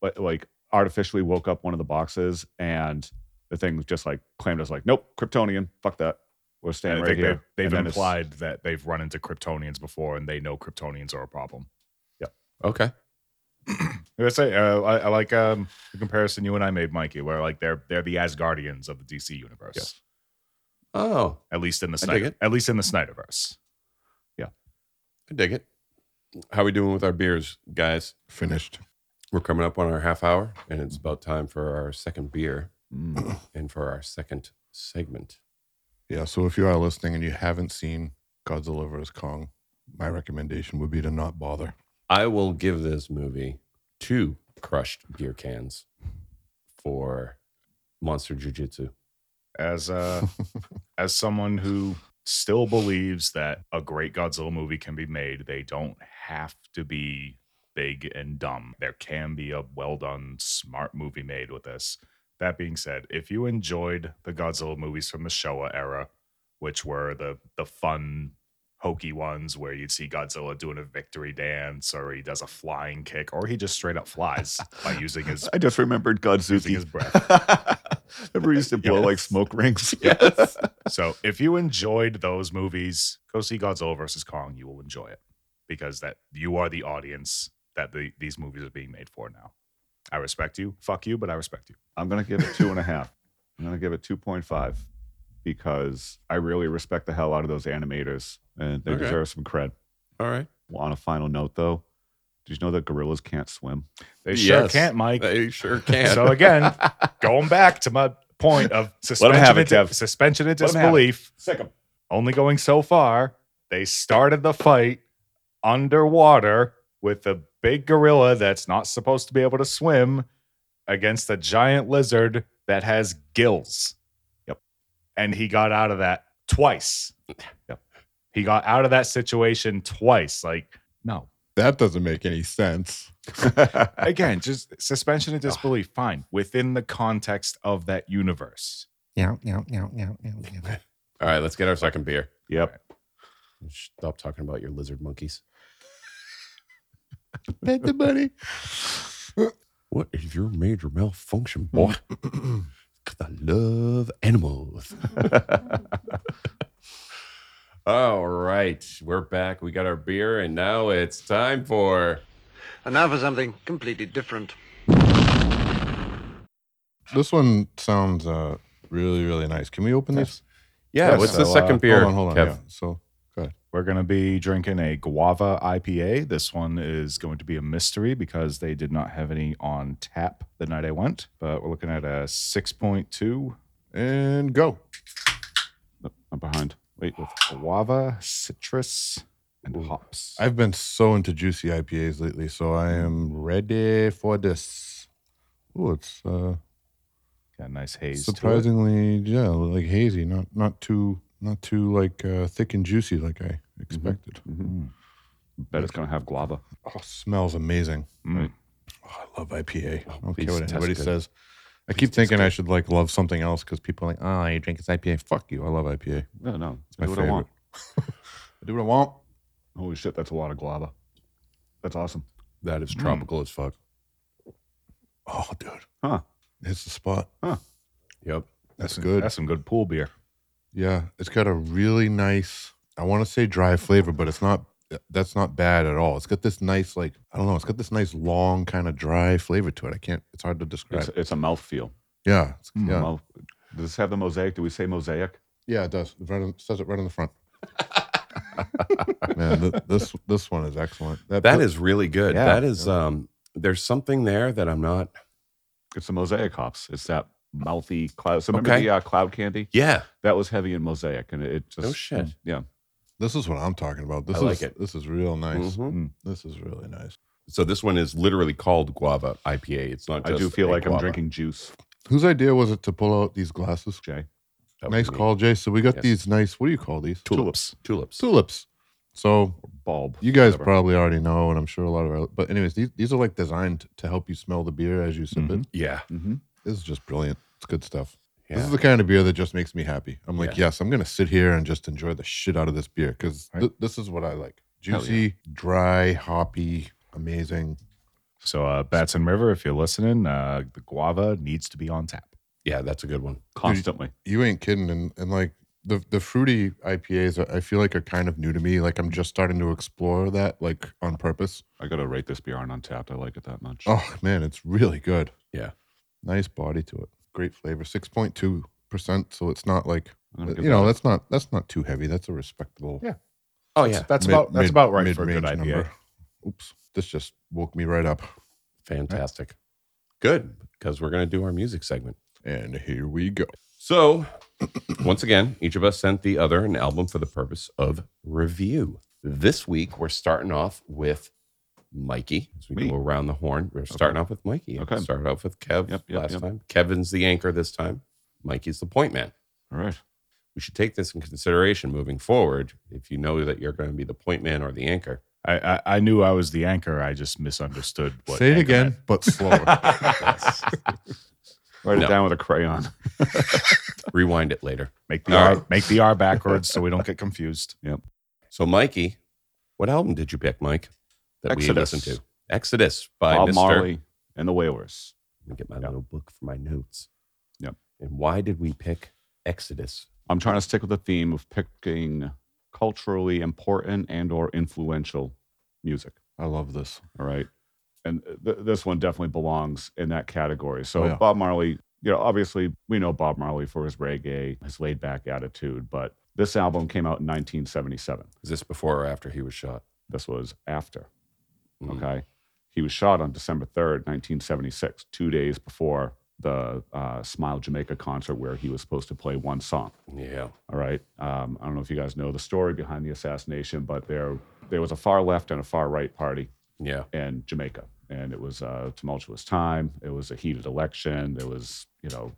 S4: but like artificially woke up one of the boxes and the thing was just like claimed as like, nope, Kryptonian, fuck that. We're staying
S3: I
S4: right
S3: think
S4: here.
S3: they've, they've
S4: And then it's-
S3: implied that they've run into Kryptonians before and they know Kryptonians are a problem.
S2: Okay.
S3: I say, uh, I, I like um, the comparison you and I made, Mikey, where like they're they're the Asgardians of the DC universe,
S4: Yes.
S2: Oh,
S3: at least in the
S2: dig
S3: Snyder,
S2: it.
S3: at least in the Snyderverse.
S2: I dig it. How we doing with our beers, guys?
S5: Finished.
S2: We're coming up on our half hour, and it's about time for our second beer
S4: Mm.
S2: and for our second segment.
S5: Yeah. So if you are listening and you haven't seen Godzilla vs Kong, my recommendation would be to not bother.
S2: I will give this movie two crushed beer cans for Monster Jiu Jitsu.
S3: As uh, as someone who still believes that a great Godzilla movie can be made, they don't have to be big and dumb. There can be a well done, smart movie made with this. That being said, if you enjoyed the Godzilla movies from the Showa era, which were the the fun, hokey ones where you'd see Godzilla doing a victory dance, or he does a flying kick, or he just straight up flies by using his
S4: I just remembered
S3: using his
S4: Godzuki.
S3: breath.
S4: Remember he used to blow like
S2: Yes.
S4: smoke rings?
S2: Yes.
S3: So if you enjoyed those movies, go see Godzilla versus Kong. You will enjoy it because that you are the audience that the, these movies are being made for now. I respect you. Fuck you, but I respect you.
S4: I'm gonna give it two and a half. I'm gonna give it two point five because I really respect the hell out of those animators and they
S2: Okay.
S4: deserve some cred.
S2: All right.
S4: On a final note, though, did you know that gorillas can't swim?
S3: They sure
S2: Yes.
S3: can't, Mike.
S2: They sure can.
S3: So again, going back to my point of suspension,
S4: have it,
S3: of,
S4: Kev.
S3: suspension of
S4: Let 'em have it.
S3: disbelief,
S4: Sick 'em.
S3: only going so far. They started the fight underwater with a big gorilla that's not supposed to be able to swim against a giant lizard that has gills.
S4: Yep.
S3: And he got out of that twice.
S4: Yep.
S3: He got out of that situation twice. Like, no.
S5: That doesn't make any sense.
S3: Again, just suspension of disbelief, fine, within the context of that universe.
S5: Yeah, yeah, yeah, yeah, yeah.
S2: All right, let's get our second beer.
S4: Yep.
S2: Stop talking about your lizard monkeys.
S5: Bet the buddy.
S2: What is your major malfunction, boy? Because I love animals. All right, we're back. We got our beer, and now it's time for.
S6: And now for something completely different.
S5: This one sounds uh, really, really nice. Can we open this?
S2: Yeah,
S5: Yes,
S2: what's the
S5: so, uh,
S2: second beer?
S5: Hold on, hold on.
S2: Kev?
S5: yeah. So
S3: We're going to be drinking a guava IPA. This one is going to be a mystery because they did not have any on tap the night I went, but we're looking at a 6.2
S5: and go.
S4: I'm behind. Wait,
S3: with guava, citrus, and hops.
S5: I've been so into juicy IPAs lately, so I am ready for this. Oh, it's uh,
S3: Got a nice haze. to it.
S5: surprisingly, yeah, like hazy, not not too not too like uh, thick and juicy like I expected.
S4: Mm-hmm. Bet it's going to have guava.
S5: Oh, smells amazing.
S3: Mm.
S5: Oh, I love IPA. I don't
S3: please
S5: care what
S3: taste
S5: anybody
S3: good.
S5: says. I keep thinking I should like love something else because people are like, ah, you drink this IPA. Fuck you. I love IPA.
S4: No, no. It's
S5: my
S4: what I want.
S5: I do what I want.
S4: Holy shit, that's a lot of guava. That's awesome.
S5: That is tropical as fuck. Oh, dude.
S4: Huh.
S5: It's the spot.
S2: Yep.
S5: That's good.
S3: That's some good pool beer.
S5: Yeah, it's got a really nice. I want to say dry flavor, but it's not. That's not bad at all. It's got this nice, like I don't know. It's got this nice long kind of dry flavor to it. I can't. It's hard to describe.
S4: It's, it's a mouthfeel.
S5: yeah, it's,
S2: Hmm,
S5: yeah,
S4: Mouth, does this have the mosaic? Do we say mosaic?
S5: yeah. It does. It right on, says it right on the front. Man, th- this this one is excellent.
S2: That is really good.
S5: Yeah.
S2: That is um there's something there that I'm not
S4: It's the mosaic hops. It's that mouthy cloud. So remember
S2: Okay.
S4: the uh, cloud candy?
S2: Yeah.
S4: That was heavy in mosaic, and it, it just
S2: No Oh, shit.
S4: Yeah,
S5: this is what I'm talking about. This
S2: I like
S5: is
S2: it.
S5: this is real nice.
S2: Mhm.
S5: This is really nice.
S2: So this one is literally called guava IPA. It's not
S4: I
S2: just
S4: do feel
S2: a
S4: like I'm
S2: guava.
S4: drinking juice.
S5: Whose idea was it to pull out these glasses?
S4: Jay,
S2: That was
S5: Nice
S2: me.
S5: call, Jay. So we got
S2: Yes.
S5: these nice. What do you call these?
S2: Tulips. Tulips.
S5: Tulips. So
S4: bulb.
S5: You guys
S4: whatever.
S5: probably already know, and I'm sure a lot of our. But anyways, these, these are like designed to help you smell the beer as you sip it.
S2: Yeah.
S4: Mhm.
S5: This is just brilliant. It's good stuff. This
S2: Yeah.
S5: is the kind of beer that just makes me happy. I'm like, yes, I'm gonna sit here and just enjoy the shit out of this beer because th- this is what I like: juicy, dry, hoppy, amazing.
S3: So uh, Batson River, if you're listening, uh, the guava needs to be on tap.
S2: Yeah, that's a good one.
S4: constantly.
S5: You ain't kidding, and and like the the fruity IPAs, I I feel like are kind of new to me. Like I'm just starting to explore that, like on purpose.
S4: I gotta rate this beer on Untapped. I like it that much.
S5: Oh man, it's really good.
S2: Yeah.
S5: Nice body to it. Great flavor. Six point two percent. So it's not like
S4: I'm gonna give
S5: you know,
S4: that
S5: that's not that's not too heavy. That's a respectable
S3: Yeah.
S2: Oh yeah.
S3: That's
S5: mid-
S3: about that's
S5: mid-
S3: about right for a good
S5: mid-range
S3: idea.
S5: number. Oops. This just woke me right up.
S2: Fantastic. Good. Because we're gonna do our music segment.
S5: And here we go.
S2: So, once again, each of us sent the other an album for the purpose of review. This week, we're starting off with Mikey. As we
S4: Me.
S2: go around the horn, we're starting off with Mikey.
S4: Okay.
S2: Started off with Kev
S4: Yep, yep,
S2: last
S4: yep.
S2: time. Kevin's the anchor this time. Mikey's the point man.
S4: All right.
S2: We should take this in consideration moving forward. If you know that you're going to be the point man or the anchor,
S3: I, I I knew I was the anchor. I just misunderstood what.
S5: Say it
S3: anchor
S5: again,
S3: meant.
S5: but slower.
S4: Write
S2: No.
S4: it down with a crayon.
S2: rewind it later.
S3: Make the
S2: All
S3: R
S2: right.
S3: make the R backwards so we don't get confused.
S2: So, Mikey, what album did you pick, Mike? That we
S4: Exodus.
S2: listened to? Exodus by
S4: Bob
S2: Mr.
S4: Marley and the Wailers.
S2: Let me get my little book for my notes.
S4: Yep.
S2: And why did we pick Exodus?
S4: I'm trying to stick with the theme of picking culturally important and or influential music.
S5: I love this.
S4: All right. And th- this one definitely belongs in that category. So
S5: Oh, yeah.
S4: Bob Marley, you know, obviously we know Bob Marley for his reggae, his laid back attitude, but this album came out in 1977.
S2: Is this before or after he was shot?
S4: This was after.
S5: Mm-hmm.
S2: Mm.
S4: Okay. He was shot on December 3rd, 1976, two days before the uh, Smile Jamaica concert where he was supposed to play one song.
S2: Yeah.
S4: All right. Um, I don't know if you guys know the story behind the assassination, but there there was a far left and a far right party
S2: Yeah.
S4: in Jamaica, and it was a tumultuous time. It was a heated election. There was you know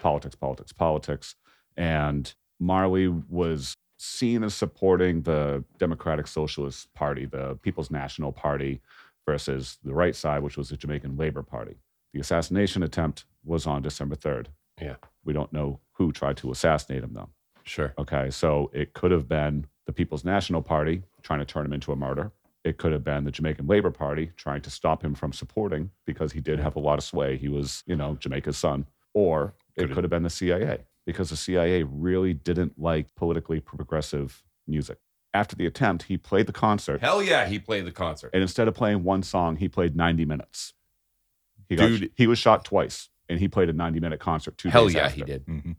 S4: politics, politics, politics, and Marley was seen as supporting the Democratic Socialist Party, the People's National Party, versus the right side, which was the Jamaican Labor Party. The assassination attempt was on December third.
S2: Yeah.
S4: We don't know who tried to assassinate him though.
S2: Sure.
S4: Okay, so it could have been the People's National Party trying to turn him into a martyr. It could have been the Jamaican Labor Party trying to stop him from supporting because he did have a lot of sway. He was, you know, Jamaica's son. Or it could have been the CIA because the CIA really didn't like politically progressive music. After the attempt, he played the concert,
S2: Hell yeah, he played the concert.
S4: and instead of playing one song, he played 90 minutes. He, got,
S2: Dude.
S4: he was shot twice, and he played a 90 minute concert two
S2: Hell
S4: days
S2: yeah,
S4: after.
S2: he did.
S3: Mhm.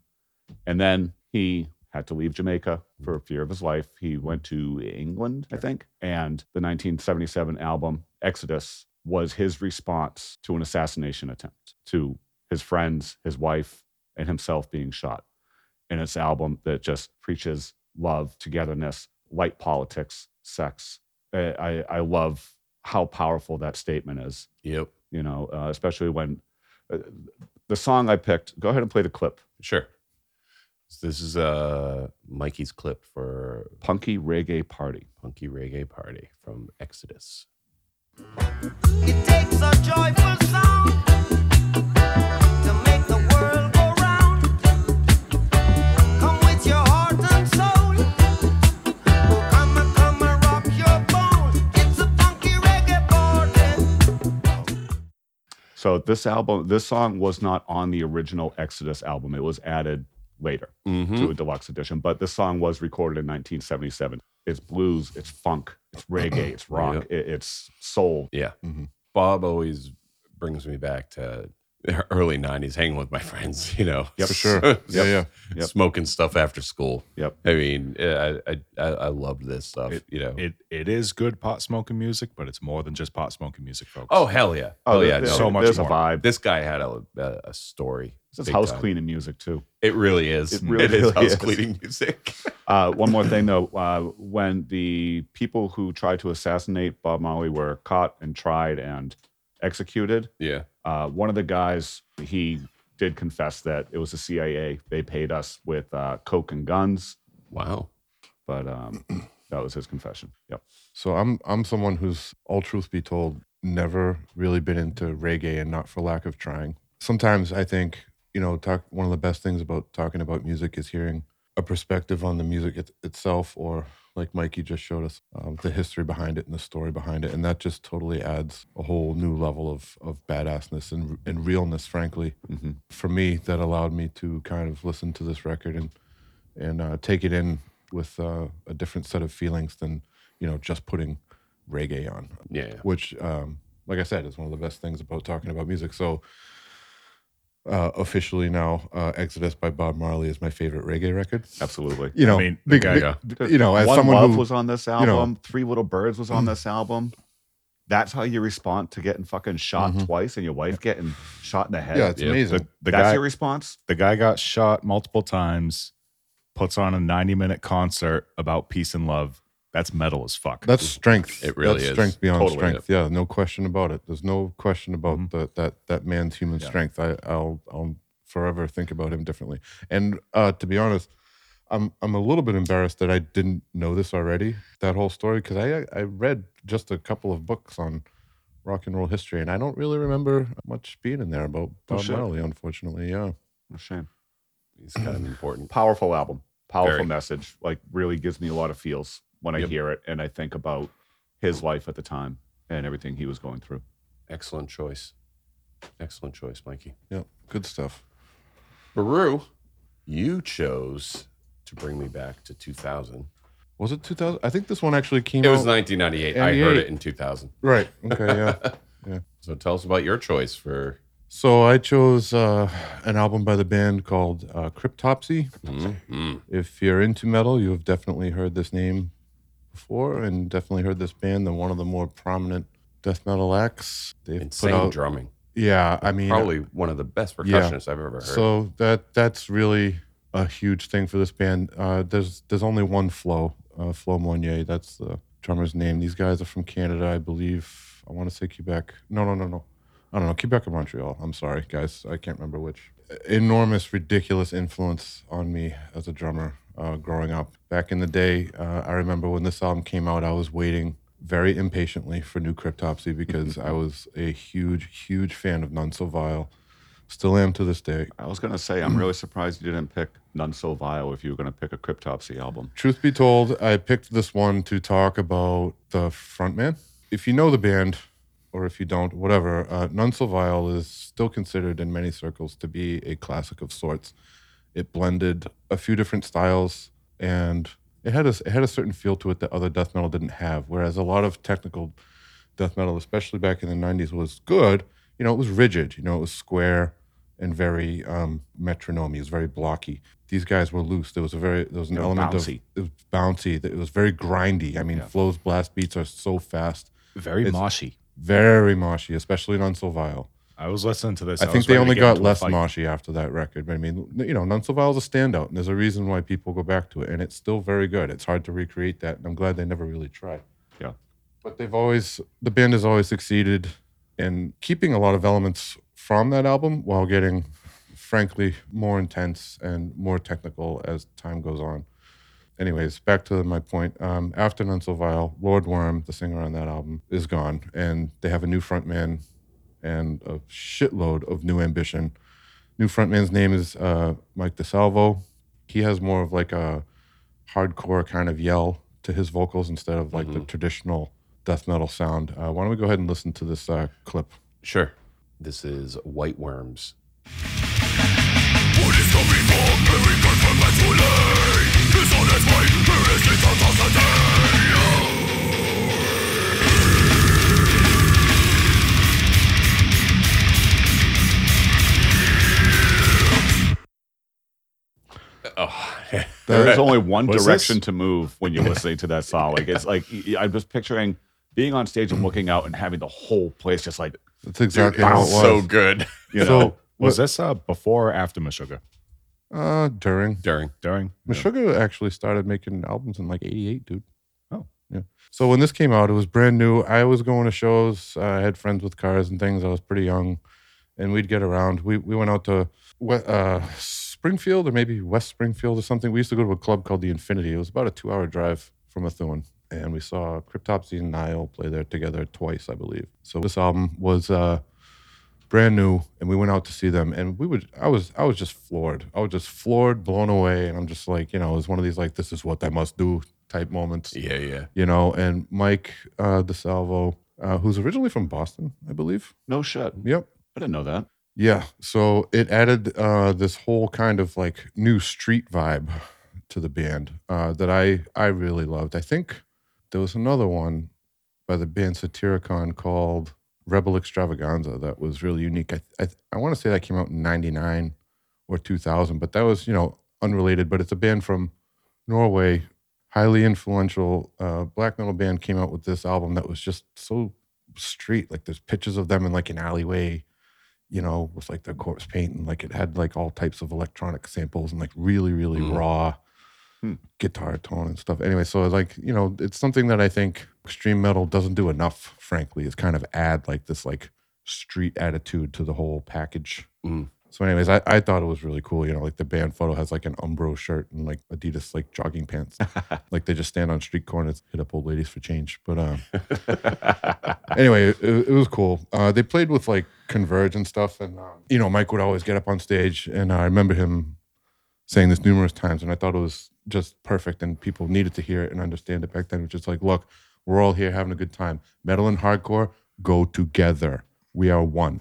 S4: And then he had to leave Jamaica for fear of his life. He went to England, I think. And the 1977 album, Exodus, was his response to an assassination attempt to his friends, his wife, and himself being shot. And it's an album that just preaches love, togetherness, light politics, sex. I, I, I love how powerful that statement is,
S2: Yep.
S4: you know, uh, especially when uh, the song I picked, go ahead and play the clip
S2: Sure. So this is uh Mikey's clip for
S4: Punky Reggae Party.
S2: Punky Reggae Party from Exodus.
S7: It takes a joyful sound to make the world go round. Come with your heart and soul. Oh, come and come and rock your bones. It's a funky reggae party.
S4: So this album, this song was not on the original Exodus album. It was added later
S2: Mm-hmm.
S4: to a deluxe edition, but this song was recorded in 1977. It's blues, it's funk, it's reggae, it's rock,
S2: Yeah.
S4: it- it's soul.
S2: Yeah.
S5: Mhm.
S2: Bob always brings me back to the early 90s hanging with my friends, you know.
S4: Yep.
S5: For sure. Yeah, yeah.
S4: Yep.
S2: Smoking stuff after school.
S4: Yep.
S2: I mean, I I I, I loved this stuff, you know.
S3: It it is good pot smoking music, but it's more than just pot smoking music, folks.
S2: oh hell yeah. Oh, yeah.
S4: there's,
S2: no.
S3: so much
S4: there's a
S3: more.
S4: vibe.
S2: this guy had a a, a story.
S4: This is
S2: big
S4: house
S2: time.
S4: cleaning music too.
S2: It really is.
S4: It really,
S2: it is
S4: really
S2: house
S4: is.
S2: cleaning music.
S4: Uh, one more thing though, uh, when the people who tried to assassinate Bob Marley were caught and tried and executed,
S2: yeah.
S4: uh, one of the guys he did confess that it was the CIA. They paid us with uh, coke and guns,
S2: Wow.
S4: but um, that was his confession. Yep.
S5: So I'm I'm someone who's all truth be told never really been into reggae and not for lack of trying. Sometimes I think, you know, talk one of the best things about talking about music is hearing a perspective on the music it, itself or like Mikey just showed us um, the history behind it and the story behind it and that just totally adds a whole new level of of badassness and and realness frankly
S4: hmm
S5: for me that allowed me to kind of listen to this record and and uh, take it in with uh, a different set of feelings than you know just putting reggae on,
S2: Yeah.
S5: which um, like I said is one of the best things about talking about music. So uh, officially now, uh, Exodus by Bob Marley is my favorite reggae record.
S4: Absolutely.
S5: You know,
S3: I mean, the
S5: big,
S3: guy-
S5: big-
S3: yeah.
S5: you know, as
S4: One
S5: someone
S4: Love
S5: who
S4: was on this
S5: know-
S4: album. Three Little Birds was on this album. That's how you respond to getting fucking shot
S5: Mhm.
S4: twice and your wife getting shot in the head.
S5: yeah, it's
S2: Yeah.
S5: amazing.
S3: The, the
S4: That's
S3: guy
S4: your response.
S3: the guy got shot multiple times, puts on a 90 minute concert about peace and love. That's metal as fuck.
S5: That's strength.
S2: It really
S5: That's
S2: is.
S5: strength beyond
S2: Totally. Mm-hmm.
S5: strength. Yeah, no question about it. There's no question about
S3: Mhm.
S5: the, that that man's human
S4: Yeah.
S5: strength. I, I'll I'll forever think about him differently. And uh, to be honest, I'm I'm a little bit embarrassed that I didn't know this already. That whole story because I I read just a couple of books on rock and roll history, and I don't really remember much being in there about
S4: Oh,
S5: Bob
S4: shit.
S5: Marley. Unfortunately, yeah.
S4: Oh, shame.
S2: It's kind of important.
S4: Powerful album. Powerful
S2: Very.
S4: message. Like really gives me a lot of feels when I
S2: Yep.
S4: hear it and I think about his life at the time and everything he was going through.
S2: Excellent choice. Excellent choice, Mikey.
S5: Yeah, good stuff.
S2: Baru, you chose to bring me back to 2000.
S5: Was it 2000? I think this one actually came
S2: It
S5: out.
S2: was 1998. I heard
S5: 98.
S2: it in 2000.
S5: right. Okay. Yeah.
S2: So tell us about your choice for.
S5: So I chose uh, an album by the band called uh, Cryptopsy.
S2: Mm, mm.
S5: If you're into metal, you have definitely heard this name before, and definitely heard this band. They're one of the more prominent death metal acts. They've
S2: Insane
S5: put out,
S2: drumming.
S5: yeah. I mean,
S2: Probably one of the best percussionists I've ever heard.
S5: so that that's really a huge thing for this band. Uh, there's there's only one Flo, uh, Flo Monier. That's the drummer's name. These guys are from Canada, I believe. I want to say Quebec. No, no, no, no. I don't know Quebec or Montreal. I'm sorry, guys. I can't remember which. Enormous, ridiculous influence on me as a drummer uh, growing up. Back in the day, uh, I remember when this album came out, I was waiting very impatiently for New Cryptopsy because I was a huge, huge fan of None So Vile. Still am to this day.
S4: I was gonna say, I'm really surprised you didn't pick None So Vile if you were gonna pick a Cryptopsy album.
S5: Truth be told, I picked this one to talk about the frontman. If you know the band, or if you don't, whatever, uh, None So Vile is still considered in many circles to be a classic of sorts. It blended a few different styles, and it had a it had a certain feel to it that other death metal didn't have. Whereas a lot of technical death metal, especially back in the '90s, was good. You know, it was rigid. You know, it was square and very um, metronome. It was very blocky. These guys were loose. There was a very there was an
S4: They were
S5: element
S4: bouncy.
S5: of it was bouncy. It was very grindy. I mean,
S4: Yeah.
S5: Flo's blast beats are so fast,
S3: very
S5: it's-
S3: moshy.
S5: very moshy, especially on Silvio.
S3: I was listening to this.
S5: I think
S3: was
S5: they
S3: ready to
S5: only
S3: get
S5: got
S3: into a
S5: less
S3: fight.
S5: moshy after that record. But I mean, you know, Nunsaval is a standout, and there's a reason why people go back to it, and it's still very good. It's hard to recreate that, and I'm glad they never really tried.
S4: Yeah.
S5: But they've always, the band has always succeeded in keeping a lot of elements from that album while getting, frankly, more intense and more technical as time goes on. Anyways, back to my point. Um, after None So Vile, Lord Worm, the singer on that album, is gone, and they have a new frontman and a shitload of new ambition. New frontman's name is uh, Mike DeSalvo. He has more of like a hardcore kind of yell to his vocals instead of like
S2: Mm-hmm.
S5: the traditional death metal sound. Uh, why don't we go ahead and listen to this uh, clip?
S2: Sure. This is White Worms. Oh,
S4: There is only one
S3: What's
S4: direction
S3: this?
S4: to move when you're listening to that song. Like it's like y- y- I'm just picturing being on stage and looking out and having the whole place just like
S5: That's exactly how it was.
S2: so good.
S4: you
S5: So,
S4: know.
S3: Was this uh, before or after Meshuggah?
S5: uh, during
S2: During.
S3: During?
S5: Meshuggah actually started making albums in like '88, dude.
S3: Oh.
S5: yeah. So when this came out, it was brand new. I was going to shows. I had friends with cars and things. I was pretty young, and we'd get around. We we went out to we- uh, Springfield or maybe West Springfield or something. We used to go to a club called the Infinity. It was about a two-hour drive from Methuen, and we saw Cryptopsy and Nile play there together twice, I believe. So this album was. Uh, brand new and we went out to see them and we would i was i was just floored i was just floored blown away and i'm just like you know it was one of these like this is what i must do type moments
S2: Yeah, yeah.
S5: you know and mike uh desalvo uh, who's originally from boston i believe
S4: No shit.
S5: yep
S4: I didn't know that.
S5: yeah so it added uh this whole kind of like new street vibe to the band uh that i i really loved i think there was another one by the band Satyricon called Rebel Extravaganza that was really unique. I I, I want to say that came out in '99 or 2000, but that was you know unrelated. But it's a band from Norway, highly influential uh, black metal band. Came out with this album that was just so street. Like there's pictures of them in like an alleyway. You know, with like their corpse paint and like it had like all types of electronic samples and like really, really
S2: Mm.
S5: raw
S4: Hmm.
S5: guitar tone and stuff. Anyway, so like, you know, it's something that I think extreme metal doesn't do enough, frankly, is kind of add like this like street attitude to the whole package.
S2: Mm.
S5: So, anyways, I, I thought it was really cool. You know, like the band photo has like an Umbro shirt and like Adidas like jogging pants. like they just stand on street corners, hit up old ladies for change. But um, anyway, it, it was cool. Uh, they played with like Converge and stuff, and um, you know, Mike would always get up on stage, and I remember him saying this numerous times, and I thought it was just perfect, and people needed to hear it and understand it back then. Which is like, look, we're all here having a good time. Metal and hardcore go together. We are one.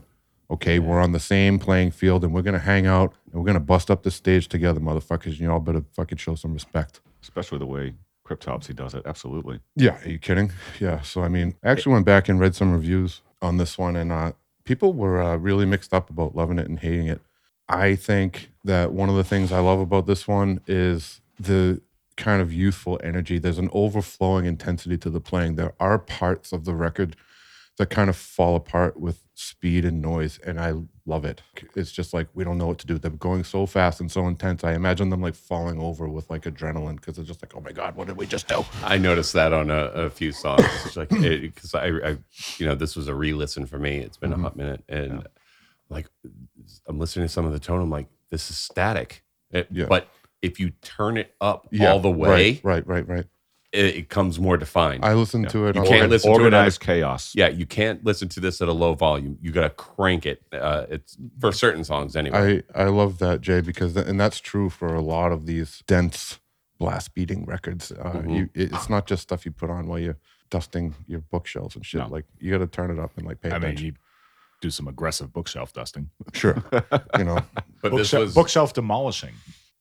S5: Okay, we're on the same playing field, and we're gonna hang out, and we're gonna bust up the stage together, motherfuckers. And you all better fucking show some respect.
S4: Especially the way Cryptopsy does it. Absolutely.
S5: Yeah, are you kidding? Yeah. So I mean, I actually went back and read some reviews on this one, and uh, people were uh, really mixed up about loving it and hating it. I think that one of the things I love about this one is the kind of youthful energy. There's an overflowing intensity to the playing. There are parts of the record that kind of fall apart with speed and noise, and I love it. It's just like we don't know what to do. They're going so fast and so intense. I imagine them like falling over with like adrenaline because they're just like, oh my god, what did we just do?
S2: I noticed that on a, a few songs, It's like because I, I, you know, this was a re-listen for me. It's
S5: Mm-hmm.
S2: been a hot minute, and like I'm listening to some of the tone, I'm like, this is static. It-
S5: Yeah.
S2: But if you turn it up
S5: Yeah,
S2: all the
S5: right,
S2: way,
S5: Right, right, right.
S2: It, it comes more defined.
S5: I listened to it.
S2: You
S5: on-
S2: can't
S5: Organ-
S2: listen to it on a-
S4: Organized chaos.
S2: yeah, you can't listen to this at a low volume. You got to crank it. Uh, it's for certain songs anyway.
S5: I I love that Jay because th- and that's true for a lot of these dense blast beating records. Uh, you, it- it's not just stuff you put on while you're dusting your bookshelves and shit.
S4: No.
S5: Like you got to turn it up and like pay
S3: I mean,
S5: attention.
S3: you do some aggressive bookshelf dusting.
S5: sure, you know.
S2: but this
S3: Bookshe-
S2: was
S3: bookshelf demolishing.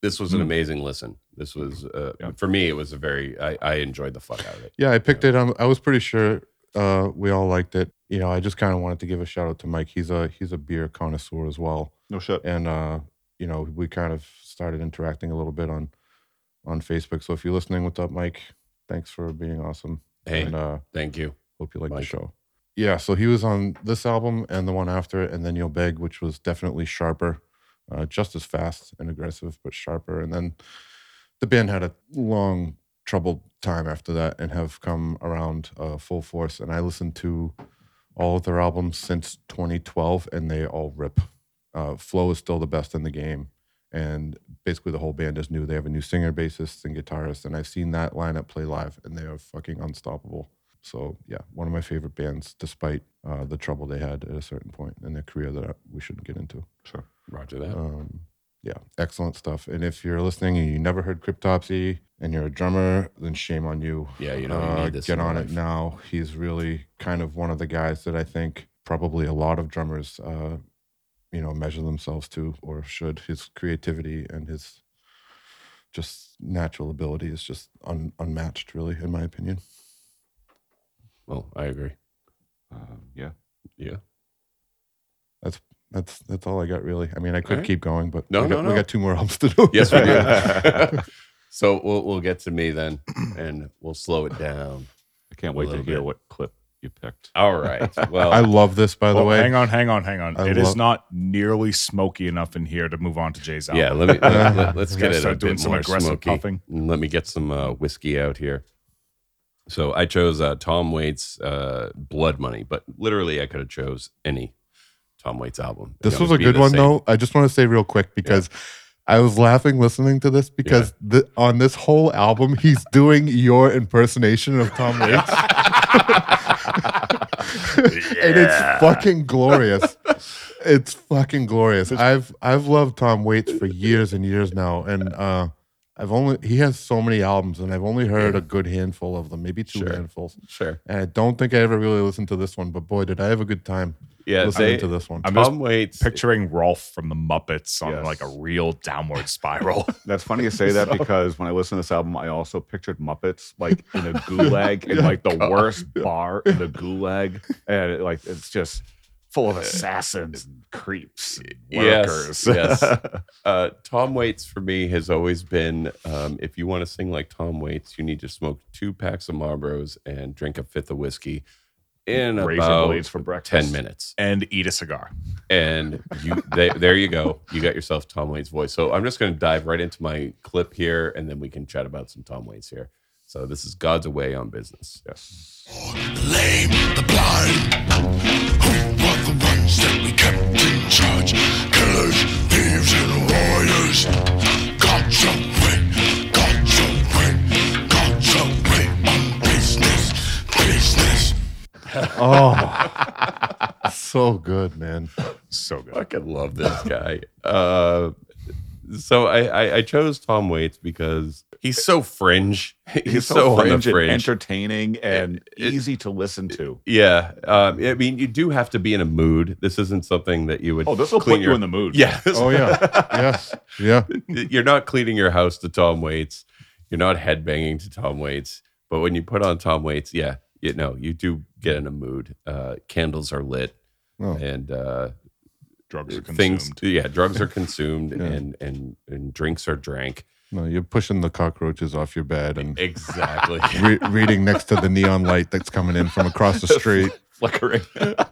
S2: this was an
S5: Mm-hmm.
S2: amazing listen. This was uh,
S3: Yeah.
S2: for me. It was a very I, I enjoyed the fuck out of it.
S5: Yeah, I picked it. Um, I was pretty sure uh, we all liked it. You know, I just kind of wanted to give a shout out to Mike. He's a he's a beer connoisseur as well.
S4: No shit.
S5: and uh, you know we kind of started interacting a little bit on on Facebook. So if you're listening, what's up, Mike? Thanks for being awesome,
S2: Hey,
S5: and uh,
S2: thank you.
S5: hope you like
S2: Mike.
S5: the show. Yeah, so he was on this album and the one after it, and then You'll Beg, which was definitely sharper, uh, just as fast and aggressive, but sharper. And then the band had a long, troubled time after that and have come around uh, full force. And I listened to all of their albums since 2012, and they all rip. Uh, Flow is still the best in the game. And basically, the whole band is new. They have a new singer, bassist, and guitarist. And I've seen that lineup play live, and they are fucking unstoppable. So yeah, one of my favorite bands, despite uh, the trouble they had at a certain point in their career that we shouldn't get into. Sure.
S2: Roger that.
S5: Um, yeah, excellent stuff. And if you're listening and you never heard Cryptopsy and you're a drummer, then shame on you.
S2: Yeah, you know, you need this in
S5: uh, get
S2: your
S5: on
S2: life.
S5: it now. He's really kind of one of the guys that I think probably a lot of drummers, uh, you know, measure themselves to or should. His creativity and his just natural ability is just un- unmatched, really, in my opinion.
S2: Well, I agree.
S4: Um, yeah.
S2: Yeah.
S5: That's that's that's all I got really. I mean, I could
S2: right.
S5: keep going, but
S2: No,
S5: we, got,
S2: no,
S5: we
S2: no.
S5: got two more albums to do.
S2: Yes, we do. so we'll we'll get to me then, and we'll slow it down.
S4: I can't
S2: A
S4: wait to
S2: little
S4: hear
S2: bit.
S4: what clip you picked.
S2: All right. Well,
S5: I love this, by the
S3: Oh,
S5: way.
S3: hang on, hang on, hang on. It
S5: I
S3: is
S5: love-
S3: not nearly smoky enough in here to move on to Jay's album.
S2: yeah. Let me let, us
S3: We gotta
S2: get it a
S3: start
S2: bit
S3: doing some
S2: more
S3: aggressive
S2: smoky.
S3: puffing.
S2: Let me get some uh, whiskey out here. So I chose uh, Tom Waits' uh, "Blood Money," but literally I could have chose any Tom Waits album. It'd
S5: This was a
S2: almost be
S5: good
S2: the
S5: one,
S2: same.
S5: though. I just want to say real quick because I was laughing listening to this because the, on this whole album, he's doing your impersonation of Tom Waits. and it's fucking glorious. It's fucking glorious. I've I've loved Tom Waits for years and years now, and uh, I've only he has so many albums, and I've only heard a good handful of them, maybe two
S2: Sure.
S5: handfuls.
S2: Sure.
S5: And I don't think I ever really listened to this one, but boy, did I have a good time
S2: Yeah.
S5: listening
S2: They,
S5: to this one.
S3: I'm just
S2: Tom Waits.
S3: picturing Rolf from the Muppets on
S4: Yes.
S3: like a real downward spiral.
S4: That's funny you say that because when I listened to this album, I also pictured Muppets like in a gulag in like the worst bar in the gulag, and it, like it's just full of assassins and creeps, and
S2: Yes,
S4: lurkers.
S2: yes. Uh, Tom Waits for me has always been um, if you want to sing like Tom Waits, you need to smoke two packs of Marlboros and drink a fifth of whiskey in
S4: Razor
S2: about
S4: blades for breakfast.
S2: ten minutes,
S3: and eat a cigar.
S2: and you they, there you go, you got yourself Tom Waits' voice. So I'm just going to dive right into my clip here, and then we can chat about some Tom Waits here. So this is God's away on business.
S8: lame, the blind. Who were the ones that we kept in charge? Killers, thieves, and warriors. God's away, God's away, God's away on business, business.
S5: Oh, so good, man.
S3: So good.
S2: fucking love this guy. Uh, so I, I, I chose Tom Waits because he's so fringe. He's, so, on the
S4: fringe and
S2: fringe.
S4: entertaining, and
S2: it-
S4: easy to listen to.
S2: yeah, um, I mean, you do have to be in a mood. This isn't something that you would.
S4: Oh, this will
S2: clean
S4: put
S2: your-
S4: you in the mood.
S2: Yeah,
S5: Oh yeah, yes, yeah.
S2: you're not cleaning your house to Tom Waits. You're not headbanging to Tom Waits. But when you put on Tom Waits, yeah, you know, you do get in a mood. Uh, candles are lit,
S5: Oh.
S2: and uh,
S3: Drugs are consumed.
S2: things, yeah, drugs are consumed,
S5: Yeah.
S2: and and and drinks are drank.
S5: No, you're pushing the cockroaches off your bed and
S2: Exactly.
S5: re- reading next to the neon light that's coming in from across the street.
S4: flickering.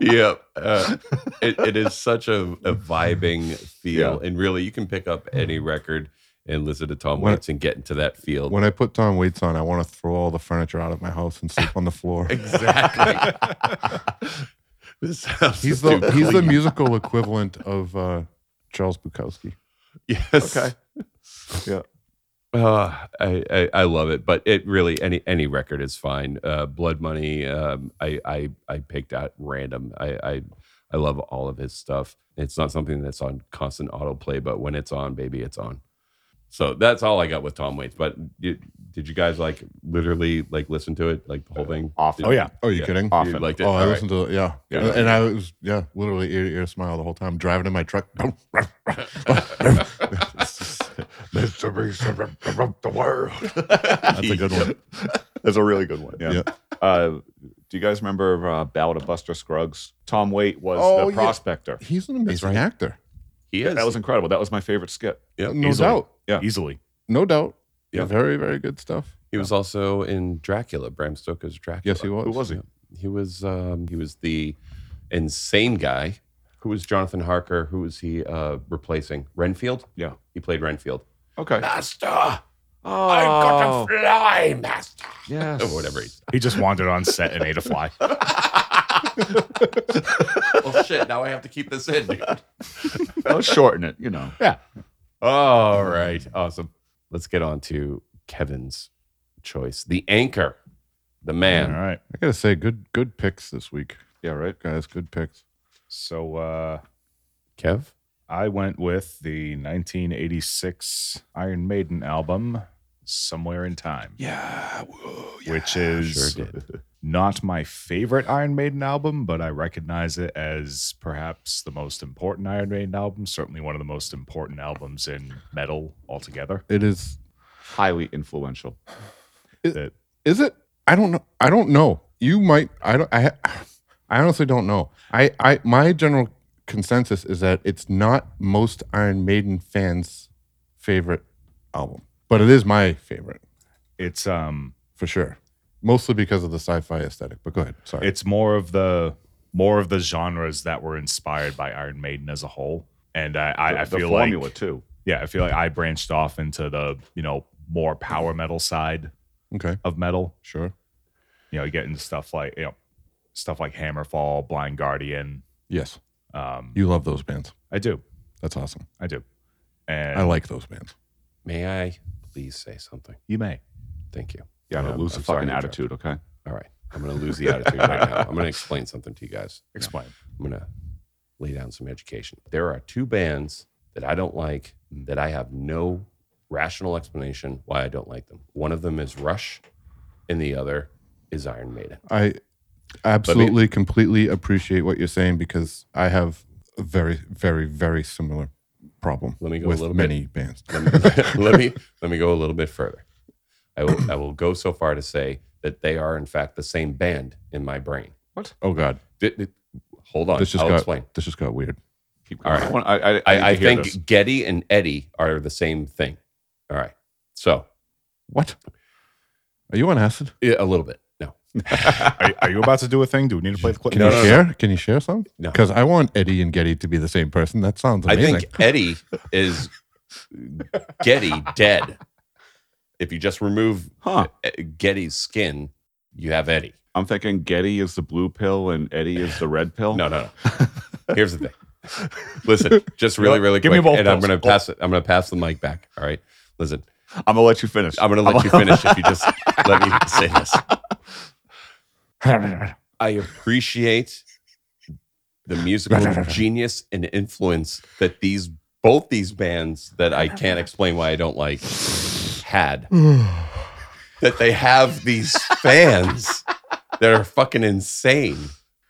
S2: yep. Uh, it, it is such a, a vibing feel. And really, you can pick up any record and listen to Tom
S5: When-
S2: Waits and get into that field.
S5: When I put Tom Waits on, I want to throw all the furniture out of my house and sleep on the floor.
S2: exactly. this sounds
S5: He's
S2: too
S5: the he's the
S2: clean.
S5: musical equivalent of uh, Charles Bukowski.
S2: Yes.
S4: Okay. Yeah.
S2: Uh, I, I I love it, but it really any any record is fine. Uh, Blood Money, um, I I I picked out random. I, I I love all of his stuff. It's not something that's on constant autoplay, but when it's on, baby, it's on. So that's all I got with Tom Waits. But you, did you guys like literally like listen to it like the
S4: Uh,
S2: whole thing?
S4: Often.
S3: Oh yeah.
S5: Oh, you kidding?
S2: You
S4: Often.
S2: liked it.
S5: Oh,
S2: All
S5: I
S2: right.
S5: listened to it. Yeah.
S2: Yeah.
S5: and I was yeah, literally ear to ear smile the whole time, driving in my truck.
S8: It's the reason of the world.
S5: That's a good one.
S4: That's a really good one. Yeah.
S5: Yeah.
S4: Uh, do you guys remember uh, Ballad of Buster Scruggs? Tom Waite was
S5: Oh,
S4: the
S5: yeah.
S4: prospector.
S5: He's an amazing
S2: right.
S5: actor.
S2: He is.
S4: That was incredible. That was my favorite skit.
S5: No
S3: Easily.
S5: doubt.
S4: Yeah.
S3: Easily.
S5: No doubt.
S2: Yeah.
S5: Yeah. Very, very good stuff.
S2: he was also in Dracula, Bram Stoker's Dracula.
S5: Yes, he was.
S4: Who was he?
S2: He was um, he was the insane guy. Who was Jonathan Harker? Who was he uh, replacing? Renfield.
S4: Yeah.
S2: he played Renfield.
S4: Okay.
S2: Master,
S4: Oh,
S2: fly, master.
S4: yes.
S2: Or whatever. He,
S3: He just wandered on set and ate a fly.
S2: well, shit. Now I have to keep this in, dude.
S4: I'll shorten it, you know.
S2: All right. Awesome. Let's get on to Kevin's choice. The anchor, the
S3: All
S2: man.
S3: right.
S5: I gotta say, good good picks this week,
S4: Yeah, right.
S5: guys. Good picks.
S3: So uh,
S2: Kev?
S3: I went with the 1986 Iron Maiden album, Somewhere in Time.
S5: Yeah,
S3: which is
S2: Sure did.
S3: not my favorite Iron Maiden album, but I recognize it as perhaps the most important Iron Maiden album, certainly one of the most important albums in metal altogether.
S5: it is.
S4: Highly influential.
S3: That
S5: Is it? I don't know. I don't know. You might. I don't. I. I honestly don't know. I. I. My general consensus is that it's not most Iron Maiden fans' favorite album, but it is my favorite
S3: it's um
S5: for sure. Mostly because of the sci-fi aesthetic. But go ahead. Sorry.
S3: it's more of the more of the genres that were inspired by Iron Maiden as a whole. And I, I, I
S4: the
S3: feel like
S4: formula too.
S3: yeah, I feel like I branched off into the, you know, more power metal side
S5: okay.
S3: of metal.
S5: Sure.
S3: You know, you get into stuff like, you know, stuff like Hammerfall, Blind Guardian.
S5: Yes.
S3: Um,
S5: You love those bands.
S3: I do.
S5: That's awesome.
S3: I do. And
S5: I like those bands.
S2: May I please say something?
S3: you may.
S2: Thank you.
S4: Yeah,
S2: Yeah,
S4: but lose
S2: I'm
S4: the
S2: sorry
S4: fucking
S2: to interrupt.
S4: attitude, okay?
S2: All right. I'm going to lose the attitude right now. I'm going to explain something to you guys.
S3: Explain.
S2: I'm going to lay down some education. There are two bands that I don't like that I have no rational explanation why I don't like them. One of them is Rush, and the other is Iron Maiden.
S5: I absolutely, completely appreciate what you're saying because I have a very, very, very similar problem.
S2: Let me go a
S5: with
S2: little bit-
S5: many bands.
S2: let, me, let me let me go a little bit further. I will I will go so far to say that they are in fact the same band in my brain.
S5: Oh God,
S2: Th- th- hold on,
S5: this just
S2: I'll
S5: got
S2: explain.
S5: this just got weird.
S4: Keep
S2: All right.
S4: I, want- I, I,
S2: I, I
S4: need to hear
S2: think
S4: this.
S2: Getty and Eddie are the same thing. All right, so
S5: What? Are you on acid?
S2: yeah, a little bit. No,
S3: Are, are you about to do a thing? Do we need to play the clip?
S5: Can you share? Can you share some?
S2: No.
S5: Because I want Eddie and Getty to be the same person. That sounds
S2: I
S5: amazing.
S2: think Eddie is Getty dead. If you just remove
S4: Huh.
S2: uh, Getty's skin, you have Eddie.
S4: I'm thinking Getty is the blue pill and Eddie is the red pill.
S2: No, no, no. Here's the thing. Listen, just really, really
S3: Give me
S2: quick,
S3: both
S2: and I'm
S3: those.
S2: gonna pass it. I'm gonna pass the mic back. All right. Listen,
S4: I'm gonna let you finish.
S2: I'm gonna let you finish if you just let me say this. I appreciate the musical genius and influence that these both these bands that I can't explain why I don't like had. that they have these fans that are fucking insane.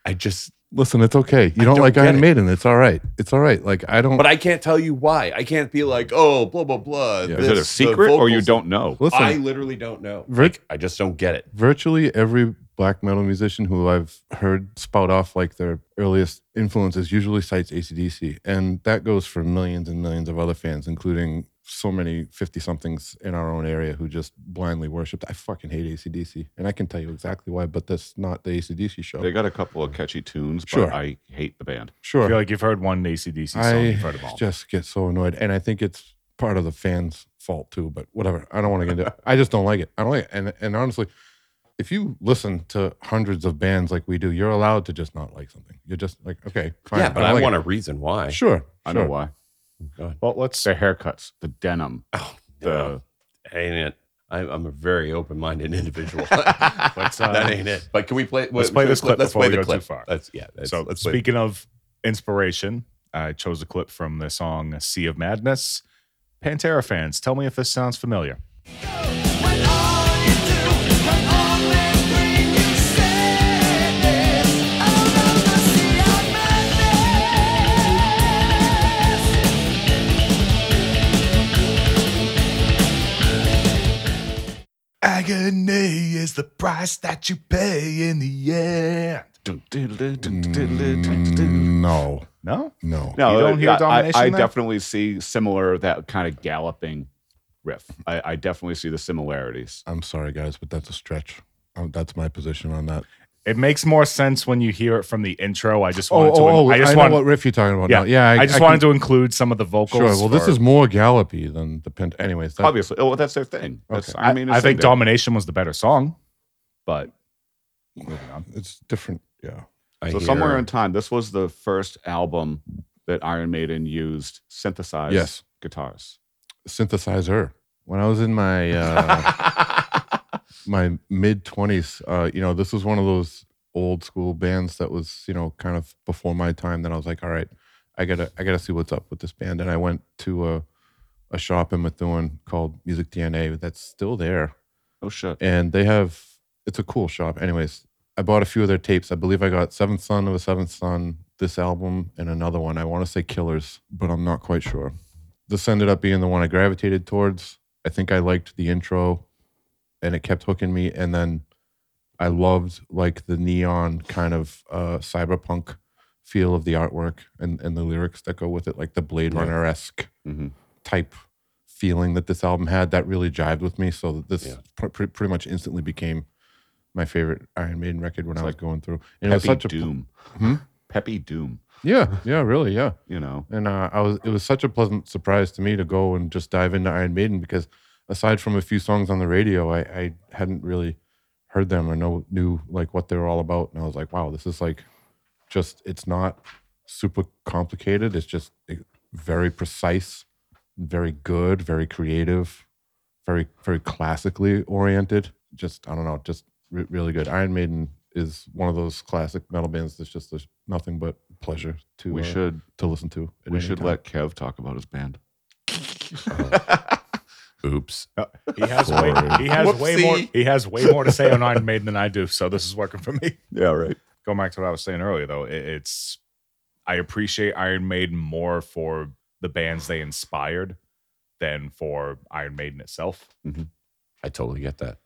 S2: I just
S5: Listen, it's okay. You don't,
S2: don't
S5: like
S2: get
S5: Iron
S2: it.
S5: Maiden. It's all right. It's all right. Like I don't.
S2: But I can't tell you why. I can't be like, oh, blah blah blah.
S5: Yeah.
S2: this,
S4: Is it
S2: the
S4: a secret or you
S2: vocals."
S4: don't know?
S5: listen,
S2: I literally don't know.
S5: Rick-
S2: Like, I just don't get it.
S5: virtually every black metal musician who I've heard spout off like their earliest influences usually cites ACDC. And that goes for millions and millions of other fans, including so many 50 somethings in our own area who just blindly worshiped. I fucking hate ACDC. And I can tell you exactly why, but that's not the ACDC show.
S4: They got a couple of catchy tunes, but
S5: Sure.
S4: I hate the band.
S5: sure.
S3: I feel like you've heard one ACDC song. you've heard them
S5: I
S3: all.
S5: just get so annoyed, and I think it's part of the fans' fault too. But whatever, I don't want to get into it. I just don't like it. I don't like it. And and honestly, if you listen to hundreds of bands like we do, you're allowed to just not like something. You're just like, okay, fine.
S2: yeah, but I,
S5: don't like
S2: want
S5: it.
S2: a reason why.
S5: Sure,
S4: I
S5: sure.
S4: know why.
S2: Go ahead.
S4: Well, let's the haircuts, the denim,
S2: Oh,
S4: the
S2: ain't it? I'm, I'm a very open-minded individual. Let's,
S3: uh,
S2: that ain't it. But can we play?
S3: let's play this clip
S2: Let's
S3: before
S2: play
S3: we
S2: the
S3: go too
S2: clip.
S3: far.
S2: Let's, yeah. Let's,
S3: so
S2: let's play.
S3: speaking of inspiration, I chose a clip from the song "Sea of Madness." Pantera fans, tell me if this sounds familiar. Agony is the price that you pay in the end.
S5: Mm, No,
S3: No,
S5: no.
S4: No,
S3: You don't hear
S4: I- I,
S3: domination
S4: I
S3: there?
S4: definitely see similar that kind of galloping riff. I, I definitely see the similarities.
S5: I'm sorry, guys, but that's a stretch. Um, that's my position on that.
S3: It makes more sense when you hear it from the intro. I just
S5: Oh,
S3: wanted to.
S5: oh, oh,
S3: I
S5: I,
S3: just
S5: know
S3: wanted.
S5: what riff you're talking about.
S3: yeah,
S5: now. yeah.
S3: I, just wanted to include some of the vocals.
S5: Sure. Well, this
S3: for-
S5: is more gallopy than the pent. Anyways, that,
S4: Obviously, oh, well, that's their thing. That's,
S5: Uh, Okay.
S4: I mean,
S3: I
S4: it's
S3: think
S4: their-
S3: Domination was the better song, but moving on.
S5: it's different. Yeah.
S2: I
S4: So
S2: hear-
S4: somewhere in time, this was the first album that Iron Maiden used synthesized
S5: Yes.
S4: guitars.
S5: synthesizer. When I was in my uh, my mid twenties, uh, you know, this was one of those old school bands that was, you know, kind of before my time. Then I was like, all right, I gotta I gotta see what's up with this band. And I went to a a shop in Methuen called Music DNA that's still there
S4: Oh shit!
S5: and they have it's a cool shop. Anyways, I bought a few of their tapes. I believe I got Seventh Son of a Seventh Son, this album, and another one. I want to say Killers, but I'm not quite sure. This ended up being the one I gravitated towards. I think I liked the intro and it kept hooking me. And then I loved like the neon kind of uh, cyberpunk feel of the artwork and, and the lyrics that go with it, like the Blade Runner esque
S4: Mhm.
S5: type feeling that this album had that really jived with me. So that this pr- pr- pretty much instantly became my favorite Iron Maiden record when I was going through. And it was
S4: Peppy
S5: such a
S4: Doom.
S5: Hmm?
S4: Peppy Doom.
S5: yeah, yeah, really, yeah.
S4: You know,
S5: And uh, I was it was such a pleasant surprise to me to go and just dive into Iron Maiden because aside from a few songs on the radio, I, I hadn't really heard them or know knew like what they were all about. And I was like, wow, this is like just it's not super complicated. It's just eh, very precise, very good, very creative, very very classically oriented. Just I don't know, just re- really good. Iron Maiden is one of those classic metal bands that's just there's nothing but pleasure to
S4: we
S5: uh,
S4: should
S5: to listen to. at
S4: we
S5: any
S4: should
S5: time.
S4: let Kev talk about his band.
S2: Oops.
S3: He has way, he has way more
S2: Whoopsie.
S3: he has way more to say on Iron Maiden than I do, so this is working for me.
S4: Yeah, right.
S3: Going back to what I was saying earlier though, it, it's I appreciate Iron Maiden more for the bands they inspired than for Iron Maiden itself.
S2: I totally get that.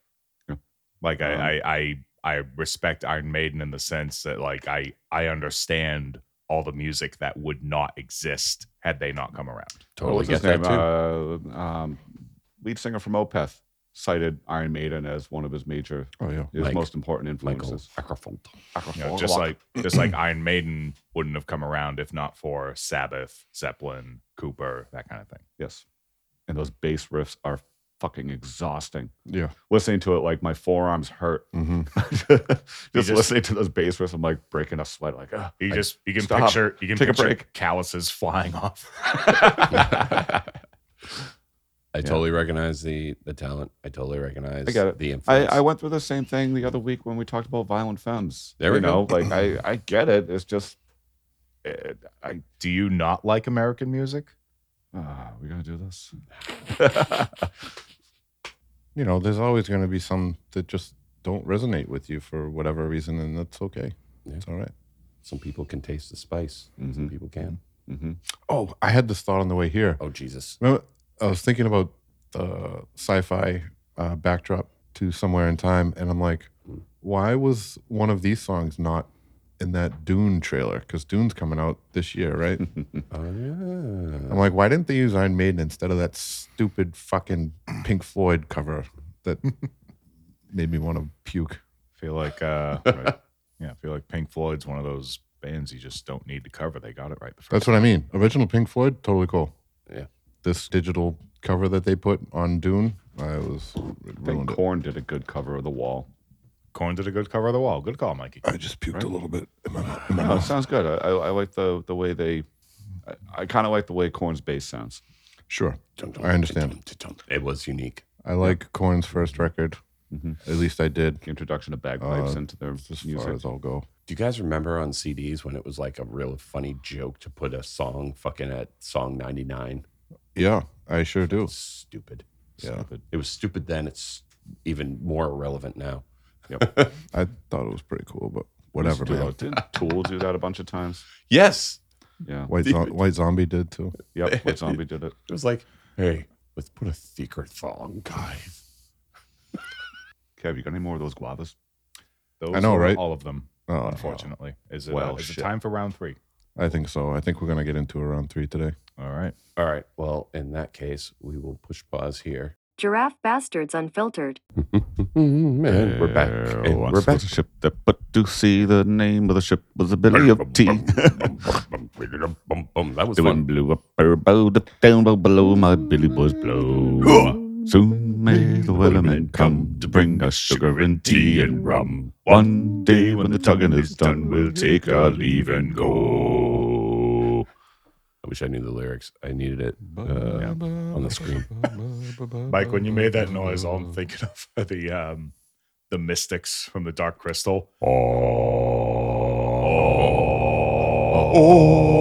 S3: Like
S4: Um,
S3: I, I I I respect Iron Maiden in the sense that like I I understand all the music that would not exist had they not come around.
S2: Totally
S4: What's
S2: get
S4: his
S2: that
S4: name?
S2: too.
S4: Uh, um, lead singer from Opeth cited Iron Maiden as one of his major,
S5: Oh yeah.
S4: his
S2: Mike-
S4: most important
S2: Michael
S4: influences.
S2: Ackerfeld.
S3: You know, just like just like Iron Maiden wouldn't have come around if not for Sabbath, Zeppelin, Cooper, that kind of thing.
S4: yes, and those bass riffs are fucking exhausting.
S5: Yeah.
S4: Listening to it, like my forearms hurt.
S5: Mm-hmm.
S4: just,
S3: just-
S4: listening to those bass riffs, I'm like breaking a sweat. Like, ah,
S3: You
S4: I-
S3: just you can
S4: stop.
S3: picture you can
S4: Take a
S3: picture
S4: break.
S3: calluses flying off.
S2: I totally recognize the the talent. I totally recognize
S4: I get it.
S2: the
S4: I,
S2: influence.
S4: I went through the same thing the other week when we talked about violent femmes.
S2: There we
S4: you
S2: go.
S4: know, like I, I get it. It's just, it, I,
S3: Do you not like American music?
S4: ah, we gonna do this.
S5: You know, there's always going to be some that just don't resonate with you for whatever reason, and that's okay.
S2: Yeah.
S5: It's all right.
S2: Some people can taste the spice. Some
S3: Mm-hmm.
S4: Mhm.
S2: people can.
S4: hmm
S5: Oh, I had this thought on the way here.
S2: Oh Jesus.
S5: Remember, I was thinking about the sci-fi uh, backdrop to Somewhere in Time, and I'm like, why was one of these songs not in that Dune trailer? Because Dune's coming out this year, right?
S2: Oh yeah.
S5: I'm like, why didn't they use Iron Maiden instead of that stupid fucking Pink Floyd cover that made me want to puke?
S3: feel like uh like- yeah, I feel like Pink Floyd's one of those bands you just don't need to cover. They got it right the first
S5: That's what I mean. Original Pink Floyd, totally cool.
S2: Yeah.
S5: This digital cover that they put on Dune, I was it
S4: I think
S5: ruined it.
S4: Korn did a good cover of The Wall.
S3: Corn did a good cover of the wall. Good call, Mikey.
S5: I just puked a little bit in my mouth. in my
S4: No, it
S5: mouth.
S4: sounds good. I, I, I like the the way they. I, I kind of like the way Korn's bass sounds.
S5: Sure, I understand.
S2: It was unique.
S5: I like Korn's first record.
S4: Mhm.
S5: At least I did,
S4: The introduction of bagpipes
S5: Uh,
S4: into their
S5: as far
S4: music.
S5: as I'll go.
S2: Do you guys remember on CDs when it was like a real funny joke to put a song fucking at song 99?
S5: Yeah, I sure do.
S2: Stupid.
S5: Yeah,
S2: It was stupid then. It's even more irrelevant now.
S5: I thought it was pretty cool, but whatever,
S4: Used to do
S5: man.
S4: that. Didn't Tool do that a bunch of times?
S2: Yes.
S4: Yeah.
S5: White, zo- White Zombie did too.
S4: Yep. White Zombie did it.
S2: It was like, hey, let's put a thicker thong, guys.
S4: Kev, you got any more of those guavas?
S3: Those
S5: I know,
S3: were
S5: right?
S3: All of them,
S5: Oh,
S3: unfortunately. Is it,
S4: Well,
S3: uh, is it
S4: shit.
S3: time for round three?
S5: I think so. I think we're gonna get into around three today.
S3: All right.
S2: All right. Well, in that case, we will push pause here.
S9: Giraffe Bastards Unfiltered.
S2: Man, we're back.
S4: There
S2: And
S4: once
S2: we're back.
S4: was a Oh, ship that but do see the name of the ship was a belly of tea.
S2: Bum, bum. That was
S4: the
S2: fun.
S4: wind blew up her bow, the down bow below my billy was blown. Soon may the wellerman come to bring us sugar and tea and rum. One day when the tugging is done, we'll take our leave and go.
S2: I wish I knew the lyrics. I needed it uh, on the screen.
S3: Mike, when you made that noise, all I'm thinking of are the um, the mystics from the Dark Crystal. Oh.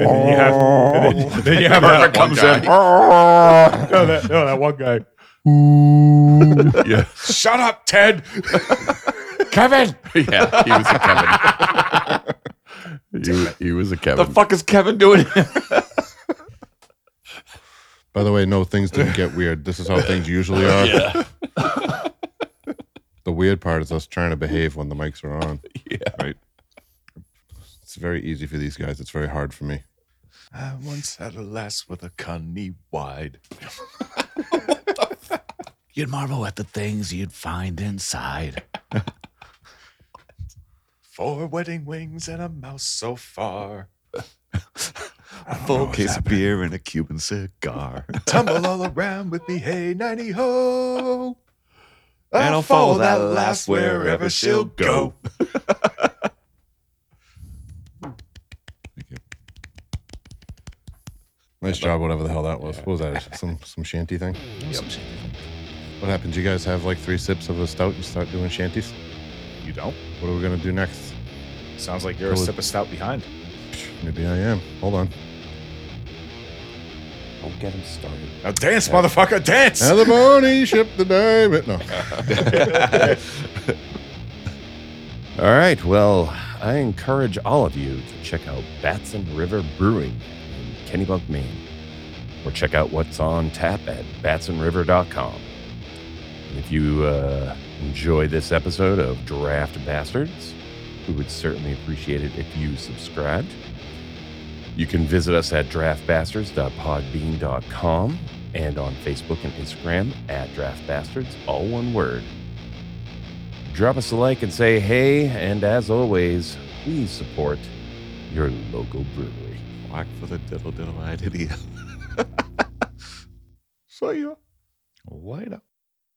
S3: And then you have, and then, then you have her that comes in. no, that, no, that one guy.
S2: yeah.
S3: Shut up, Ted.
S4: Kevin!
S2: yeah, he was a Kevin. he, he was a Kevin.
S4: fuck is Kevin doing?
S5: By the way, no, things didn't get weird. This is how things usually are.
S2: yeah.
S5: The weird part is us trying to behave when the mics are on. yeah. Right. It's very easy for these guys. It's very hard for me.
S3: I once had a lass with a cunny wide.
S10: You'd marvel at the things you'd find inside.
S3: Four wedding wings and a mouse so far. Oh,
S10: A full case of beer and a Cuban cigar.
S3: Tumble all around with me, hey, ninety ho.
S10: And I'll follow that lass wherever she'll go.
S5: Nice job, whatever the hell that was. What was that? Some some shanty thing? What happens? You guys have like three sips of a stout, you start doing shanties?
S3: You don't?
S5: What are we gonna do next?
S3: Sounds like you're a
S5: Totally.
S3: sip of stout behind.
S5: Maybe I am. Hold on.
S2: Don't get him started.
S3: Now dance, motherfucker, dance!
S5: Now the morning ship the diamond. No.
S2: All right. Well, I encourage all of you to check out Batson River Brewing in Kennebunk, Maine, or check out what's on tap at batsonriver.com. And If you uh, enjoy this episode of Draft Bastards, we would certainly appreciate it if you subscribed. You can visit us at draftbastards.podbean.com and on Facebook and Instagram at draftbastards, all one word drop us a like and say hey. And as always, please support your local brewery.
S10: Walk for the diddle diddle idea.
S4: So you
S3: Later.